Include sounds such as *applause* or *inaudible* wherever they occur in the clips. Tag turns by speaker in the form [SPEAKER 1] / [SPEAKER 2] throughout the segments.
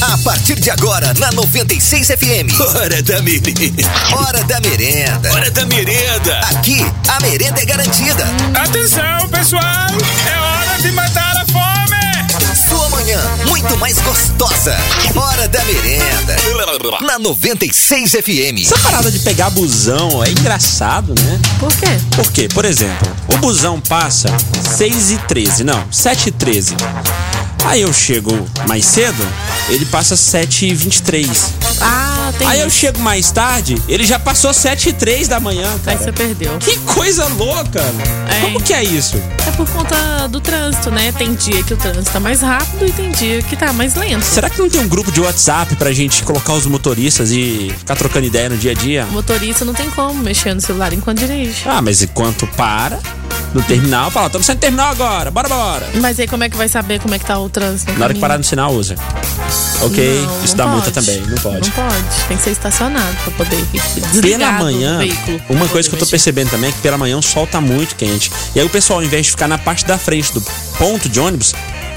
[SPEAKER 1] A partir de agora, na 96 FM.
[SPEAKER 2] Hora da merenda.
[SPEAKER 1] Hora da merenda.
[SPEAKER 2] Hora da merenda.
[SPEAKER 1] Aqui, a merenda é garantida.
[SPEAKER 3] Atenção, pessoal! É hora de matar a fome!
[SPEAKER 1] Sua manhã, muito mais gostosa. Hora da merenda. Na 96 FM.
[SPEAKER 4] Essa parada de pegar busão é engraçado, né?
[SPEAKER 5] Por quê?
[SPEAKER 4] Porque, por exemplo, o busão passa 6 e 13, não, 7 e 13. Aí eu chego mais cedo, ele passa 7h23.
[SPEAKER 5] Ah, tem.
[SPEAKER 4] Aí eu chego mais tarde, ele já passou 7h03 da manhã. Cara.
[SPEAKER 5] Aí você perdeu.
[SPEAKER 4] Que coisa louca! É. Como que é isso?
[SPEAKER 5] É por conta do trânsito, né? Tem dia que o trânsito tá mais rápido e tem dia que tá mais lento.
[SPEAKER 4] Será que não tem um grupo de WhatsApp pra gente colocar os motoristas e ficar trocando ideia no dia a dia?
[SPEAKER 5] O motorista não tem como mexer no celular enquanto dirige.
[SPEAKER 4] Ah, mas enquanto para no terminal, fala, estamos saindo do terminal agora, bora, bora.
[SPEAKER 5] Mas aí como é que vai saber como é que tá o trânsito?
[SPEAKER 4] Na hora que parar no sinal, usa. Ok, não, isso não dá pode. multa também, não pode.
[SPEAKER 5] Não pode, tem que ser estacionado pra poder
[SPEAKER 4] Pela manhã, uma coisa que eu tô mexer. percebendo também é que pela manhã o sol tá muito quente. E aí o pessoal, ao invés de ficar na parte da frente do ponto de ônibus,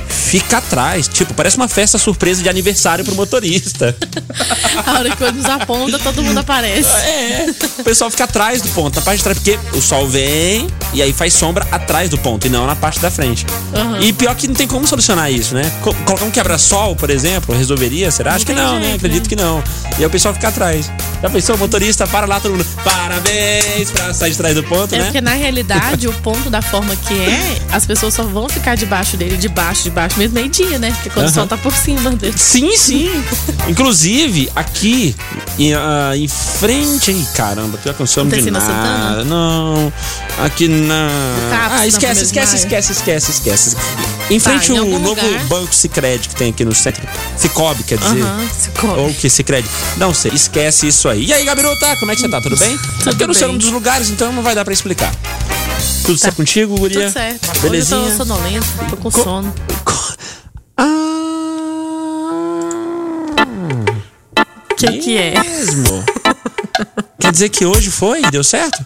[SPEAKER 4] fica atrás. Tipo, parece uma festa surpresa de aniversário pro motorista.
[SPEAKER 5] *laughs* a hora que o ônibus aponta, todo mundo aparece.
[SPEAKER 4] É. O pessoal fica atrás do ponto, na parte de trás, porque o sol vem e aí faz sombra atrás do ponto e não na parte da frente. Uhum. E pior que não tem como solucionar isso, né? Colocar um quebra-sol, por exemplo, resolveria? Será? Não Acho que não, jeito, né? Acredito né? que não. E aí o pessoal fica atrás. Já pensou? O motorista para lá, todo mundo, parabéns pra sair de trás do ponto,
[SPEAKER 5] é
[SPEAKER 4] né?
[SPEAKER 5] porque na realidade, o ponto da forma que é, as pessoas só vão ficar debaixo dele, debaixo, debaixo baixo mesmo meio-dia, né? Porque quando uhum. o sol tá por cima dele.
[SPEAKER 4] Sim, *laughs* sim. Inclusive, aqui, em, uh, em frente. Ai, caramba, pior que eu não sou de nada. Santana? Não. Aqui na.
[SPEAKER 5] Taps,
[SPEAKER 4] ah, esquece, esquece, esquece, esquece, esquece, Em frente tá, em o novo lugar. banco Cicred que tem aqui no centro. Cicobi, quer dizer.
[SPEAKER 5] Uhum, Cicobi.
[SPEAKER 4] Ou que Cicred. Não sei, esquece isso aí. E aí, Gabirota, como é que você tá? Tudo bem? Tudo é porque eu não sei o nome dos lugares, então não vai dar pra explicar. Tudo tá. certo contigo, guria?
[SPEAKER 5] Tudo certo. Belezinha? Hoje eu tô sonolento, tô com Co sono. Co
[SPEAKER 4] ah...
[SPEAKER 5] Que mesmo? que é?
[SPEAKER 4] Mesmo? Quer dizer que hoje foi? Deu certo?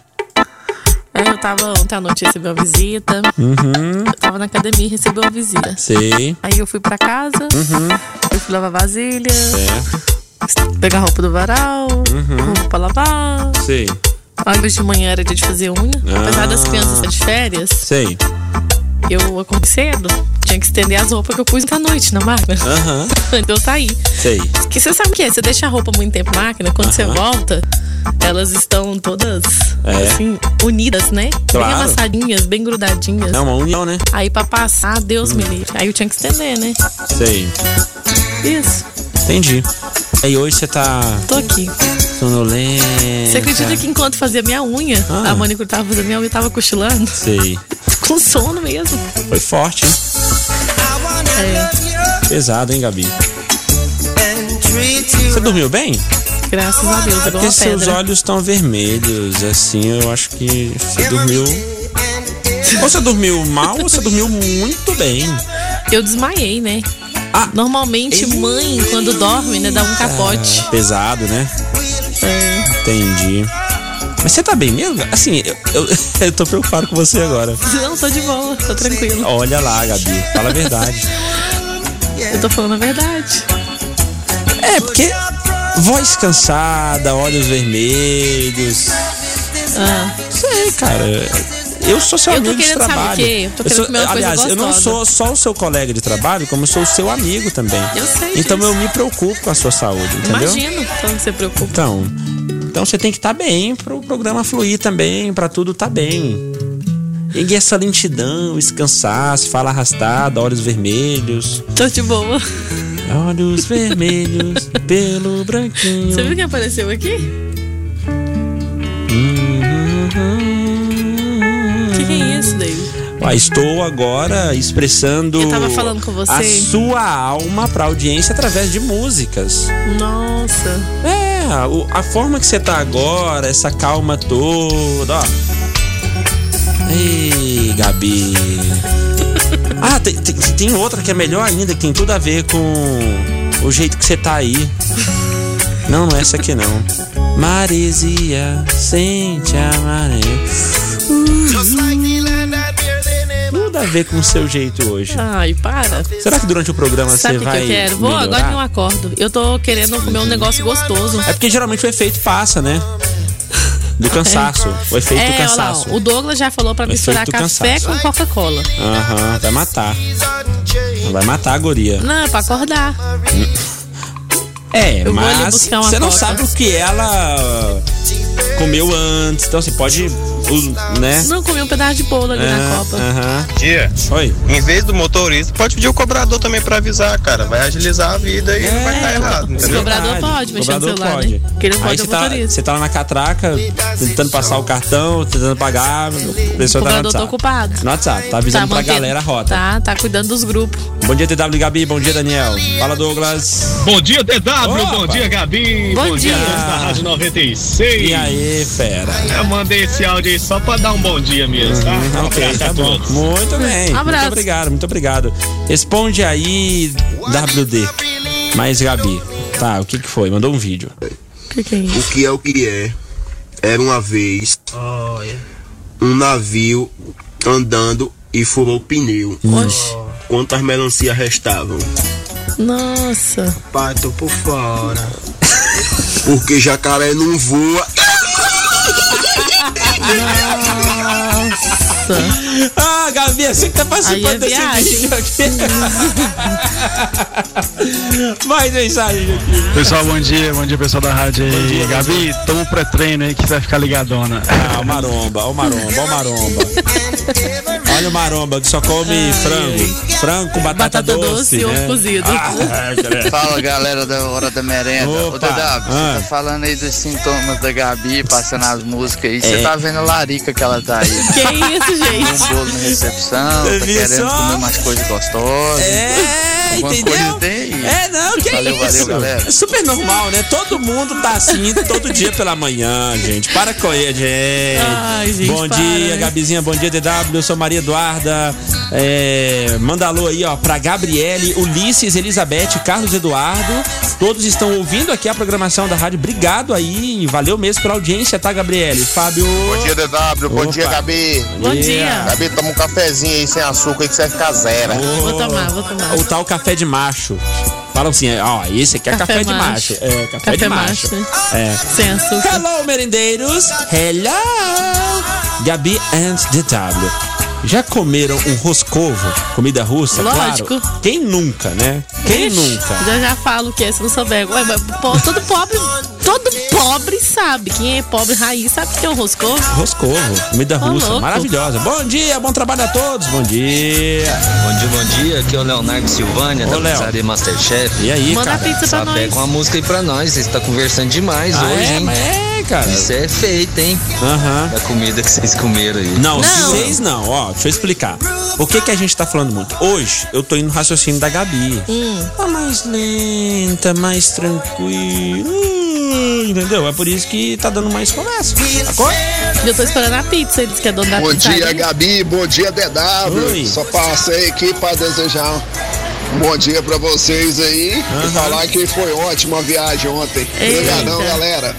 [SPEAKER 5] É, eu tava ontem à noite recebeu uma visita.
[SPEAKER 4] Uhum.
[SPEAKER 5] Eu tava na academia e recebeu uma visita.
[SPEAKER 4] Sei.
[SPEAKER 5] Aí eu fui pra casa.
[SPEAKER 4] Uhum.
[SPEAKER 5] Eu fui lavar vasilha.
[SPEAKER 4] É. Certo.
[SPEAKER 5] Pegar roupa do varal.
[SPEAKER 4] Uhum.
[SPEAKER 5] Roupa pra lavar.
[SPEAKER 4] Sei.
[SPEAKER 5] Horas de manhã era dia de fazer unha. Ah, Apesar das crianças estar de férias.
[SPEAKER 4] Sei.
[SPEAKER 5] Eu acordei cedo. Tinha que estender as roupas que eu pus na noite na máquina.
[SPEAKER 4] Aham. Uh -huh.
[SPEAKER 5] *laughs* então eu saí.
[SPEAKER 4] Sei.
[SPEAKER 5] Que você sabe o que é? Você deixa a roupa muito tempo na máquina, quando uh -huh. você volta, elas estão todas, é. assim, unidas, né?
[SPEAKER 4] Claro.
[SPEAKER 5] Bem amassadinhas, bem grudadinhas.
[SPEAKER 4] É uma união, né?
[SPEAKER 5] Aí pra passar, Deus hum. me livre. Aí eu tinha que estender, né?
[SPEAKER 4] Sei.
[SPEAKER 5] Isso.
[SPEAKER 4] Entendi. E hoje você tá.
[SPEAKER 5] Tô aqui.
[SPEAKER 4] Sonolenta.
[SPEAKER 5] Você acredita que enquanto fazia minha unha, ah. a manicure tava fazendo minha unha e tava cochilando? *laughs*
[SPEAKER 4] Sei.
[SPEAKER 5] Com sono mesmo.
[SPEAKER 4] Foi forte, hein?
[SPEAKER 5] É.
[SPEAKER 4] Pesado, hein, Gabi? Você dormiu bem?
[SPEAKER 5] Graças a Deus,
[SPEAKER 4] É porque seus olhos estão vermelhos, assim, eu acho que você dormiu. ou você dormiu mal ou você dormiu muito bem.
[SPEAKER 5] Eu desmaiei, né? Ah, Normalmente, ei, mãe, quando dorme, né, dá um capote.
[SPEAKER 4] Ah, pesado, né?
[SPEAKER 5] É. *laughs*
[SPEAKER 4] Entendi. Mas você tá bem mesmo? Assim, eu, eu, *laughs* eu, tô preocupado com você agora.
[SPEAKER 5] Não, tô de boa, tô tranquilo.
[SPEAKER 4] Olha lá, Gabi, fala a verdade.
[SPEAKER 5] eu tô falando a verdade.
[SPEAKER 4] É, porque voz cansada, olhos vermelhos.
[SPEAKER 5] Ah.
[SPEAKER 4] Sei, cara. Eu sou seu
[SPEAKER 5] eu
[SPEAKER 4] amigo de trabalho.
[SPEAKER 5] Eu tô querendo eu sou, comer
[SPEAKER 4] aliás, eu não sou só o seu colega de trabalho, como eu sou o seu amigo também.
[SPEAKER 5] Eu sei.
[SPEAKER 4] Então
[SPEAKER 5] disso.
[SPEAKER 4] eu me preocupo com a sua saúde, entendeu?
[SPEAKER 5] Imagino quando você preocupa.
[SPEAKER 4] Então, então você tem que estar tá bem para o programa fluir também, para tudo estar tá bem. E essa lentidão, esse cansaço, fala arrastada, olhos vermelhos.
[SPEAKER 5] Tô de boa.
[SPEAKER 4] Olhos
[SPEAKER 5] *laughs*
[SPEAKER 4] vermelhos, pelo branquinho.
[SPEAKER 5] Você viu quem apareceu aqui?
[SPEAKER 4] Uhum.
[SPEAKER 5] que, que é isso, David?
[SPEAKER 4] Ah, estou agora expressando
[SPEAKER 5] a
[SPEAKER 4] sua alma para audiência através de músicas.
[SPEAKER 5] Nossa.
[SPEAKER 4] É, a forma que você tá agora, essa calma toda, ó. Ei, Gabi. Ah, tem, tem, tem outra que é melhor ainda, que tem tudo a ver com o jeito que você tá aí. Não, não é essa aqui não. Maresia, sente a maré. Uh, uh. a ver com o seu jeito hoje.
[SPEAKER 5] Ai, para.
[SPEAKER 4] Será que durante o programa
[SPEAKER 5] Sabe
[SPEAKER 4] você
[SPEAKER 5] o que,
[SPEAKER 4] vai.
[SPEAKER 5] eu quero? Vou,
[SPEAKER 4] melhorar?
[SPEAKER 5] agora eu acordo. Eu tô querendo comer um negócio gostoso.
[SPEAKER 4] É porque geralmente o efeito passa, né? Do cansaço. O efeito do
[SPEAKER 5] É, olha lá,
[SPEAKER 4] cansaço.
[SPEAKER 5] ó, o Douglas já falou pra misturar
[SPEAKER 4] Efeito
[SPEAKER 5] café
[SPEAKER 4] cansaço.
[SPEAKER 5] com Coca-Cola.
[SPEAKER 4] Aham, vai matar. Vai matar a guria.
[SPEAKER 5] Não, é pra acordar.
[SPEAKER 4] É,
[SPEAKER 5] Eu vou ali
[SPEAKER 4] mas
[SPEAKER 5] buscar uma
[SPEAKER 4] você não
[SPEAKER 5] coca.
[SPEAKER 4] sabe o que ela comeu antes. Então você pode. us- Né?
[SPEAKER 5] Não, comi um pedaço de bolo ali na
[SPEAKER 4] Ah,
[SPEAKER 5] Copa.
[SPEAKER 4] Aham.
[SPEAKER 6] Dia,
[SPEAKER 4] Oi.
[SPEAKER 6] em vez do motorista, pode pedir o cobrador também pra avisar, cara. Vai agilizar a vida e não É,
[SPEAKER 4] É,
[SPEAKER 6] vai dar errado,
[SPEAKER 5] É, O
[SPEAKER 6] entendeu?
[SPEAKER 5] cobrador
[SPEAKER 4] Verdade,
[SPEAKER 5] pode
[SPEAKER 4] o
[SPEAKER 5] mexer no
[SPEAKER 4] cobrador
[SPEAKER 5] celular,
[SPEAKER 4] pode.
[SPEAKER 5] né? Porque ele não
[SPEAKER 4] Aí
[SPEAKER 5] pode é
[SPEAKER 4] você
[SPEAKER 5] o
[SPEAKER 4] tá,
[SPEAKER 5] motorista.
[SPEAKER 4] você tá lá na catraca, tentando passar o cartão, tentando pagar. O
[SPEAKER 5] O
[SPEAKER 4] pessoal tá no
[SPEAKER 5] cobrador tá
[SPEAKER 4] WhatsApp.
[SPEAKER 5] ocupado.
[SPEAKER 4] No WhatsApp, tá avisando pra
[SPEAKER 5] mantendo-
[SPEAKER 4] galera a rota.
[SPEAKER 5] Tá, tá cuidando dos grupos.
[SPEAKER 4] Bom dia, TW Gabi. Bom dia, Daniel. Fala, Douglas.
[SPEAKER 7] Bom dia, DW.
[SPEAKER 4] Opa.
[SPEAKER 7] Bom dia, Gabi.
[SPEAKER 5] Bom dia.
[SPEAKER 7] amigos da Rádio 96.
[SPEAKER 4] E aí, fera?
[SPEAKER 7] Eu mandei esse áudio aí só pra dar um bom dia mesmo, tá?
[SPEAKER 8] Uhum,
[SPEAKER 7] Um
[SPEAKER 4] Ok,
[SPEAKER 7] abraço
[SPEAKER 4] tá
[SPEAKER 7] a
[SPEAKER 4] bom.
[SPEAKER 7] todos.
[SPEAKER 4] Muito bem. Muito
[SPEAKER 5] Abraço.
[SPEAKER 4] obrigado, muito obrigado. Responde aí, WD. Mais Gabi. Tá, o que que foi? Mandou um vídeo.
[SPEAKER 5] Que que é isso?
[SPEAKER 9] O que é o que é? Era uma vez um navio andando e furou o pneu.
[SPEAKER 4] Hum.
[SPEAKER 5] Oxe.
[SPEAKER 9] Quantas melancia restavam?
[SPEAKER 5] Nossa.
[SPEAKER 6] Pai, tô por fora.
[SPEAKER 9] Porque jacaré não voa.
[SPEAKER 5] Nossa.
[SPEAKER 4] *laughs* Ah, Gabi, é você que tá
[SPEAKER 5] Aí é
[SPEAKER 4] participando desse
[SPEAKER 5] viagem. Hum.
[SPEAKER 4] vídeo aqui. Mais mensagem aqui.
[SPEAKER 8] Pessoal, bom dia, bom dia pessoal da rádio aí. Gabi, toma um pré-treino aí que você vai ficar ligadona.
[SPEAKER 4] Ah, o maromba, o maromba, o *laughs* maromba. Olha o maromba que só come frango. Frango com batata,
[SPEAKER 5] Batata doce e
[SPEAKER 4] doce
[SPEAKER 5] ovo
[SPEAKER 4] né?
[SPEAKER 5] cozido.
[SPEAKER 4] Ah,
[SPEAKER 10] Fala galera da Hora da Merenda.
[SPEAKER 4] Opa,
[SPEAKER 10] Ô DW,
[SPEAKER 4] ah.
[SPEAKER 10] você tá falando aí dos sintomas da Gabi, passando as músicas aí. Você
[SPEAKER 4] É.
[SPEAKER 10] tá vendo a larica que ela tá aí. né?
[SPEAKER 5] Que isso,
[SPEAKER 11] É.
[SPEAKER 4] *laughs*
[SPEAKER 10] Um
[SPEAKER 5] gente?
[SPEAKER 10] bolo na recepção,
[SPEAKER 4] Você
[SPEAKER 10] tá
[SPEAKER 4] viu
[SPEAKER 10] querendo
[SPEAKER 4] só?
[SPEAKER 10] comer umas coisas gostosas.
[SPEAKER 4] É,
[SPEAKER 10] Alguma
[SPEAKER 4] entendeu?
[SPEAKER 10] coisa tem.
[SPEAKER 4] É, não, que
[SPEAKER 10] Valeu,
[SPEAKER 4] é
[SPEAKER 10] valeu,
[SPEAKER 4] isso?
[SPEAKER 10] galera.
[SPEAKER 4] É super normal, né? Todo mundo tá assim todo dia pela manhã, gente. Para com ele, gente.
[SPEAKER 5] Ai, gente,
[SPEAKER 4] bom
[SPEAKER 5] para,
[SPEAKER 4] dia,
[SPEAKER 5] né?
[SPEAKER 4] Gabizinha. Bom dia, DW. Eu sou Maria Eduarda. É, manda alô aí, ó, pra Gabriele, Ulisses, Elizabeth, Carlos Eduardo. Todos estão ouvindo aqui a programação da rádio. Obrigado aí. Valeu mesmo pela audiência, tá, Gabriele? Fábio.
[SPEAKER 6] Bom dia, DW. Bom
[SPEAKER 4] Opa.
[SPEAKER 6] dia, Gabi.
[SPEAKER 5] Bom dia.
[SPEAKER 6] Gabi, toma um cafezinho aí sem açúcar aí que você vai ficar zero.
[SPEAKER 5] Vou tomar, vou tomar.
[SPEAKER 4] O tal café de macho. Falam assim, ó, esse aqui é café,
[SPEAKER 5] Café
[SPEAKER 4] de macho.
[SPEAKER 5] macho.
[SPEAKER 4] É, café, de
[SPEAKER 5] Café
[SPEAKER 4] macho.
[SPEAKER 5] macho, né?
[SPEAKER 4] É.
[SPEAKER 5] Sem açúcar.
[SPEAKER 4] Hello, merendeiros! Hello! Gabi and DW. Já comeram um roscovo? Comida russa?
[SPEAKER 5] Lógico.
[SPEAKER 4] Claro. Quem nunca, né? Quem
[SPEAKER 5] Ixi,
[SPEAKER 4] nunca?
[SPEAKER 5] Já já falo o que é, se não souber. Ué, mas po- todo pobre, todo pobre sabe. Quem é pobre raiz sabe que é um roscou.
[SPEAKER 4] Roscovo, comida
[SPEAKER 5] Ô,
[SPEAKER 4] russa,
[SPEAKER 5] louco.
[SPEAKER 4] maravilhosa. Bom dia, bom trabalho a todos. Bom dia.
[SPEAKER 10] Bom dia, bom dia. Aqui é o Leonardo Silvânia,
[SPEAKER 4] Ô, da Léo. pizzaria
[SPEAKER 10] Masterchef.
[SPEAKER 4] E aí,
[SPEAKER 5] Manda a
[SPEAKER 4] cara?
[SPEAKER 5] pizza pra nós.
[SPEAKER 10] música aí pra nós. Vocês estão conversando demais
[SPEAKER 4] Ah, é, mas é, cara.
[SPEAKER 10] é feito, hein?
[SPEAKER 4] Aham.
[SPEAKER 10] A comida que vocês comeram aí.
[SPEAKER 4] Não,
[SPEAKER 5] Não.
[SPEAKER 4] vocês não, ó, deixa eu explicar. O que que a gente tá falando muito? Hoje eu tô indo no raciocínio da Gabi.
[SPEAKER 5] Hum.
[SPEAKER 4] Tá mais lenta, mais tranquila. Hum, Entendeu? É por isso que tá dando mais conversa. Sacou?
[SPEAKER 5] Eu tô esperando a pizza, ele disse que é dono da
[SPEAKER 6] Bom
[SPEAKER 5] pizza.
[SPEAKER 6] dia, Gabi. Bom dia, DW.
[SPEAKER 4] Oi.
[SPEAKER 6] Só passei aqui para desejar um bom dia para vocês aí. E falar que foi ótima a viagem ontem.
[SPEAKER 5] Eita.
[SPEAKER 6] Obrigadão, galera.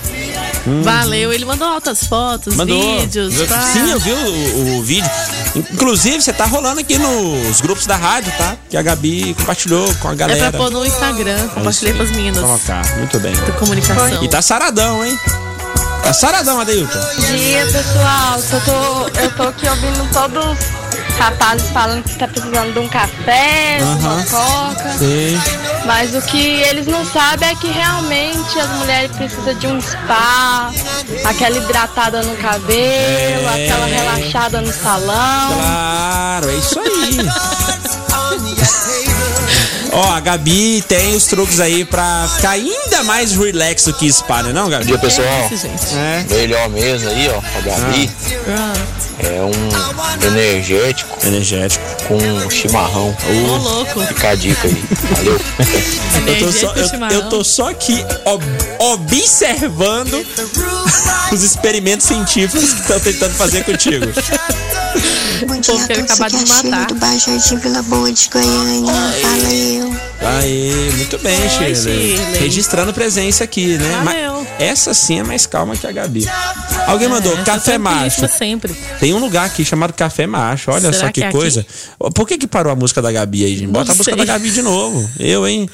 [SPEAKER 5] Valeu, ele mandou altas fotos,
[SPEAKER 4] Mandou.
[SPEAKER 5] vídeos. tá.
[SPEAKER 4] Eu-
[SPEAKER 5] pá.
[SPEAKER 4] Sim, eu vi o, o vídeo. Inclusive, você tá rolando aqui nos grupos da rádio, tá? Que a Gabi compartilhou com a
[SPEAKER 5] é
[SPEAKER 4] galera.
[SPEAKER 5] pra pôr no Instagram, compartilhei pras meninas
[SPEAKER 4] Colocar, muito bem.
[SPEAKER 5] da comunicação.
[SPEAKER 4] E tá saradão, hein? Tá saradão, Adeilton.
[SPEAKER 12] Bom dia, pessoal. Só tô, eu tô aqui ouvindo todos os rapazes falando que tá precisando de um café, de uma
[SPEAKER 4] Aham.
[SPEAKER 12] coca.
[SPEAKER 4] Sim.
[SPEAKER 12] Mas o que eles não sabem é que realmente as mulheres precisam de um spa, aquela hidratada no cabelo,
[SPEAKER 4] É.
[SPEAKER 12] aquela relaxada no salão.
[SPEAKER 4] Claro, é isso aí. Ó, a Gabi tem os truques aí pra ficar ainda mais relax do que spa, né não, Gabi?
[SPEAKER 6] pessoal.
[SPEAKER 5] Isso, gente.
[SPEAKER 4] É.
[SPEAKER 6] Melhor mesmo aí, ó. A Gabi
[SPEAKER 5] Ah,
[SPEAKER 6] é um energético
[SPEAKER 4] Energético.
[SPEAKER 6] com um chimarrão.
[SPEAKER 5] Ô, louco. é
[SPEAKER 6] Fica a dica aí. Valeu.
[SPEAKER 4] Eu tô,
[SPEAKER 5] Energético
[SPEAKER 4] só, eu,
[SPEAKER 5] chimarrão.
[SPEAKER 4] eu tô só aqui ob- observando os experimentos científicos que estão tentando fazer contigo.
[SPEAKER 8] é
[SPEAKER 12] O povo quer acabar de me matar.
[SPEAKER 8] Boa de Goiânia, valeu.
[SPEAKER 5] Brasil.
[SPEAKER 4] Aê, muito bem,
[SPEAKER 5] Oi,
[SPEAKER 4] Shirley.
[SPEAKER 5] Shirley.
[SPEAKER 4] Registrando presença aqui, né?
[SPEAKER 5] Valeu.
[SPEAKER 4] Ma- essa sim é mais calma que a Gabi. Alguém mandou
[SPEAKER 5] É,
[SPEAKER 4] café
[SPEAKER 5] tá
[SPEAKER 4] macho.
[SPEAKER 5] tranquilíssima sempre.
[SPEAKER 4] Tem um lugar aqui chamado Café Macho. Olha só
[SPEAKER 5] Será
[SPEAKER 4] que,
[SPEAKER 5] que é aqui?
[SPEAKER 4] coisa. Por que que parou a música da Gabi aí, gente? Bota a
[SPEAKER 5] Não
[SPEAKER 4] música
[SPEAKER 5] sei.
[SPEAKER 4] da Gabi de novo. Eu, hein?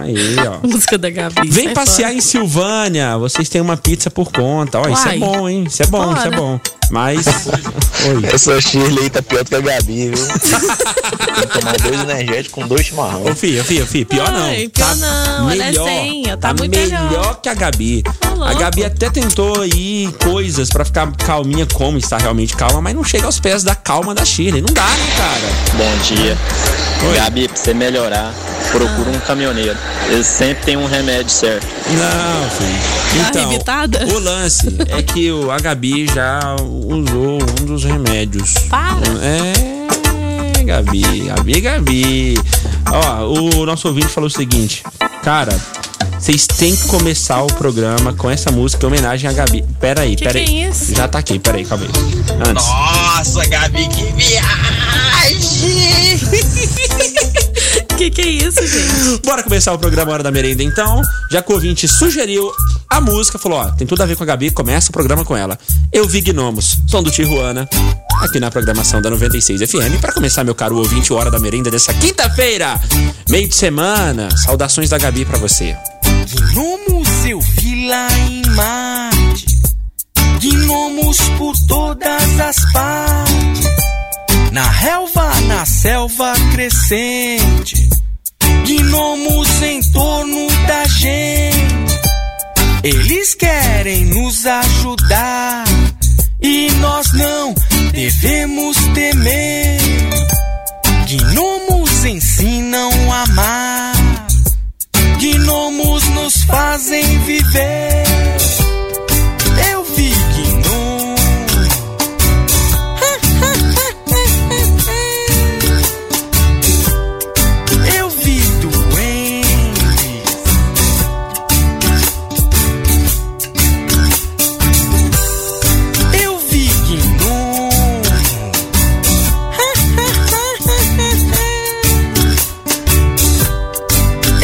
[SPEAKER 4] Aí, ó.
[SPEAKER 5] Música da Gabi.
[SPEAKER 4] Vem
[SPEAKER 5] sai
[SPEAKER 4] passear
[SPEAKER 5] fora.
[SPEAKER 4] em Silvânia. Vocês têm uma pizza por conta. Ó, isso é
[SPEAKER 5] Uai.
[SPEAKER 4] bom, hein? Isso é bom, isso é
[SPEAKER 5] Bora.
[SPEAKER 4] bom. Mas. Oi.
[SPEAKER 13] Essa Shirley tá pior do que a Gabi, viu? Tem que tomar dois energéticos com dois chimarrão.
[SPEAKER 4] Ô, filho, filho, filho, pior não. Tá
[SPEAKER 5] Ai, pior não, ela é senha, tá muito melhor. Tá
[SPEAKER 4] que a Gabi. a
[SPEAKER 5] louco.
[SPEAKER 4] Gabi até tentou aí coisas pra ficar calminha, como está realmente calma, mas não chega aos pés da calma da Shirley. Não dá, né, cara?
[SPEAKER 14] Bom dia. Gabi, pra você melhorar, procura um caminhoneiro. Ele sempre tem um remédio certo.
[SPEAKER 4] Não,
[SPEAKER 15] Tá
[SPEAKER 4] filho.
[SPEAKER 5] arrebitada?
[SPEAKER 4] Então, o lance é que o, a Gabi já usou um dos remédios.
[SPEAKER 5] Para.
[SPEAKER 4] É, Gabi, Gabi, Gabi. Ó, o nosso ouvinte falou o seguinte, cara. Vocês têm que começar o programa com essa música em homenagem à Gabi. Pera aí,
[SPEAKER 15] Que
[SPEAKER 4] pera aí.
[SPEAKER 15] que é isso?
[SPEAKER 4] Já tá aqui, pera aí, calma aí. Antes.
[SPEAKER 15] Nossa, Gabi, que viagem!
[SPEAKER 5] *laughs*
[SPEAKER 4] Que que é isso, gente? Bora começar o programa Hora da Merenda, então. Já que o ouvinte sugeriu a música, falou, ó, tem tudo a ver com a Gabi, começa o programa com ela. Eu vi Gnomos, som do Tijuana, aqui na programação da 96 FM. Pra começar, meu caro ouvinte, o Hora da Merenda dessa quinta-feira, meio de semana. Saudações da Gabi pra você.
[SPEAKER 15] Gnomos eu vi lá em Marte, gnomos por todas as partes, na relva, na selva crescente, gnomos em torno da gente, eles querem nos ajudar e nós não devemos temer. Gnomos ensinam a amar. Gnomos nos fazem viver. Eu vi gnomo. Eu vi doentes. Eu vi gnomo.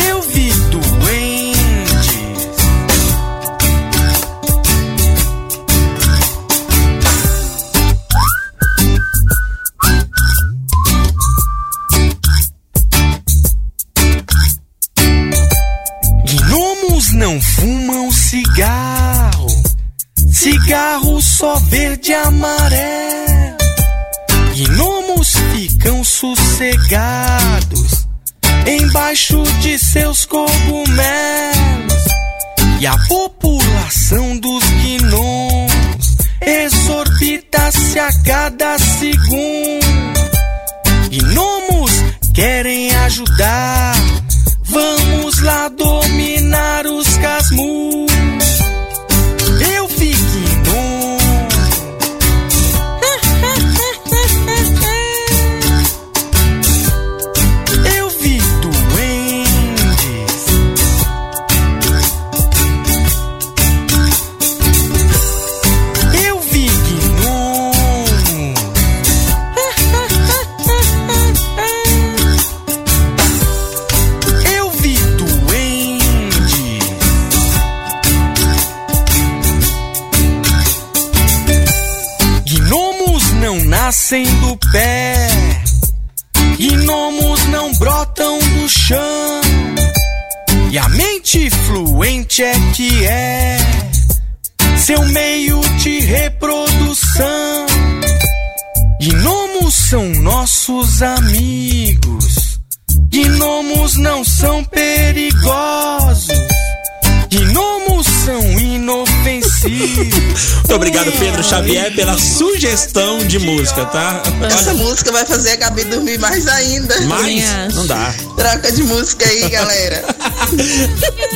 [SPEAKER 15] Eu vi doentes. Gnomos não fumam cigarro, cigarro só verde e amarelo. Gnomos ficam sossegados embaixo de seus cogumelos. E a população dos gnomos exorbita-se a cada segundo. Gnomos querem ajudar, vamos lá dominar os casmurros. Eu vi gnomo. *laughs* Eu vi doentes. Eu vi gnomo. Eu vi doente. Gnomos não nascem do pé. Gnomos não brotam do chão. E a mente fluente é que é seu meio de reprodução. Gnomos são nossos amigos. Gnomos não são perigosos. Gnomos são inofensivos.
[SPEAKER 4] Muito obrigado, Pedro Xavier, pela sugestão de música, tá?
[SPEAKER 16] Essa música vai fazer a Gabi dormir mais ainda.
[SPEAKER 4] Mas não dá.
[SPEAKER 16] Troca de música aí, galera.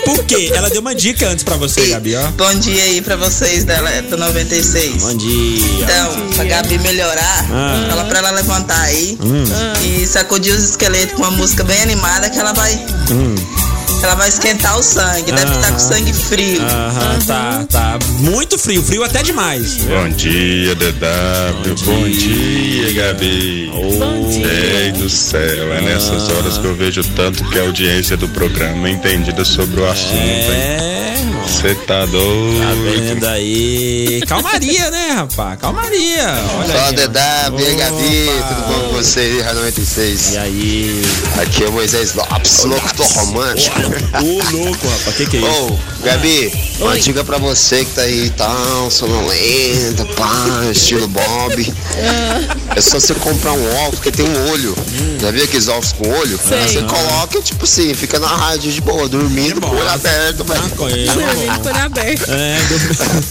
[SPEAKER 4] Por quê? Ela deu uma dica antes pra você, Gabi, ó.
[SPEAKER 16] Bom dia aí pra vocês da do 96.
[SPEAKER 4] Bom dia.
[SPEAKER 16] Então, pra Gabi melhorar,
[SPEAKER 4] Ah.
[SPEAKER 16] fala pra ela levantar aí
[SPEAKER 4] Hum.
[SPEAKER 16] e sacudir os esqueletos com uma música bem animada que ela vai
[SPEAKER 4] Hum. Ah.
[SPEAKER 16] Ela vai esquentar o sangue, deve estar com sangue frio.
[SPEAKER 4] Aham, tá, tá. Muito frio, frio até demais.
[SPEAKER 17] Bom dia, DW. Bom dia, Gabi. Bom dia. do céu, é nessas horas que eu vejo tanto que a audiência do programa é entendida sobre o assunto, hein? Você tá doido.
[SPEAKER 4] É. Tá vendo aí? Calmaria, né, rapaz? Calmaria. Olha
[SPEAKER 18] Fala,
[SPEAKER 4] aí,
[SPEAKER 18] DW, e aí, Gabi, tudo bom com você aí, Rádio 96?
[SPEAKER 4] E aí?
[SPEAKER 18] Aqui é o Moisés Lopes, locutor romântico.
[SPEAKER 4] Ô, louco, rapaz, que que é isso?
[SPEAKER 18] Ô, Gabi, uma dica pra você que tá aí e tal, sonolenta, pá, estilo Bob.
[SPEAKER 13] Ah.
[SPEAKER 18] É só você comprar um óculos, porque tem um olho.
[SPEAKER 13] Hum.
[SPEAKER 18] Já viu aqueles óculos com olho?
[SPEAKER 5] Sei.
[SPEAKER 13] Ah.
[SPEAKER 18] Você coloca e, tipo assim, fica na rádio de boa, dormindo, com o olho aberto, velho.
[SPEAKER 5] Parabéns.
[SPEAKER 4] *laughs* É,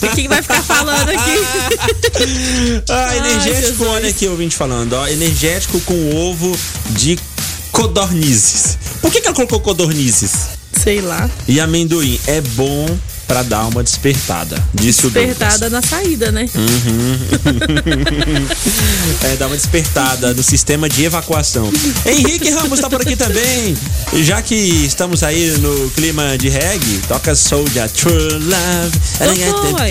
[SPEAKER 5] E quem vai ficar falando aqui?
[SPEAKER 4] Ah, energético, olha aqui o ouvinte falando, ó. Energético com ovo de codornizes. Por que, que ela colocou codornizes?
[SPEAKER 5] Sei lá.
[SPEAKER 4] E amendoim é bom pra dar uma despertada. Disse
[SPEAKER 5] Despertada na saída, né?
[SPEAKER 4] o Douglas. Uhum. é, dá uma despertada no sistema de evacuação. Henrique Ramos tá por aqui também. E já que estamos aí no clima de reggae, toca Soulja True Love. é
[SPEAKER 5] Tocou, ué.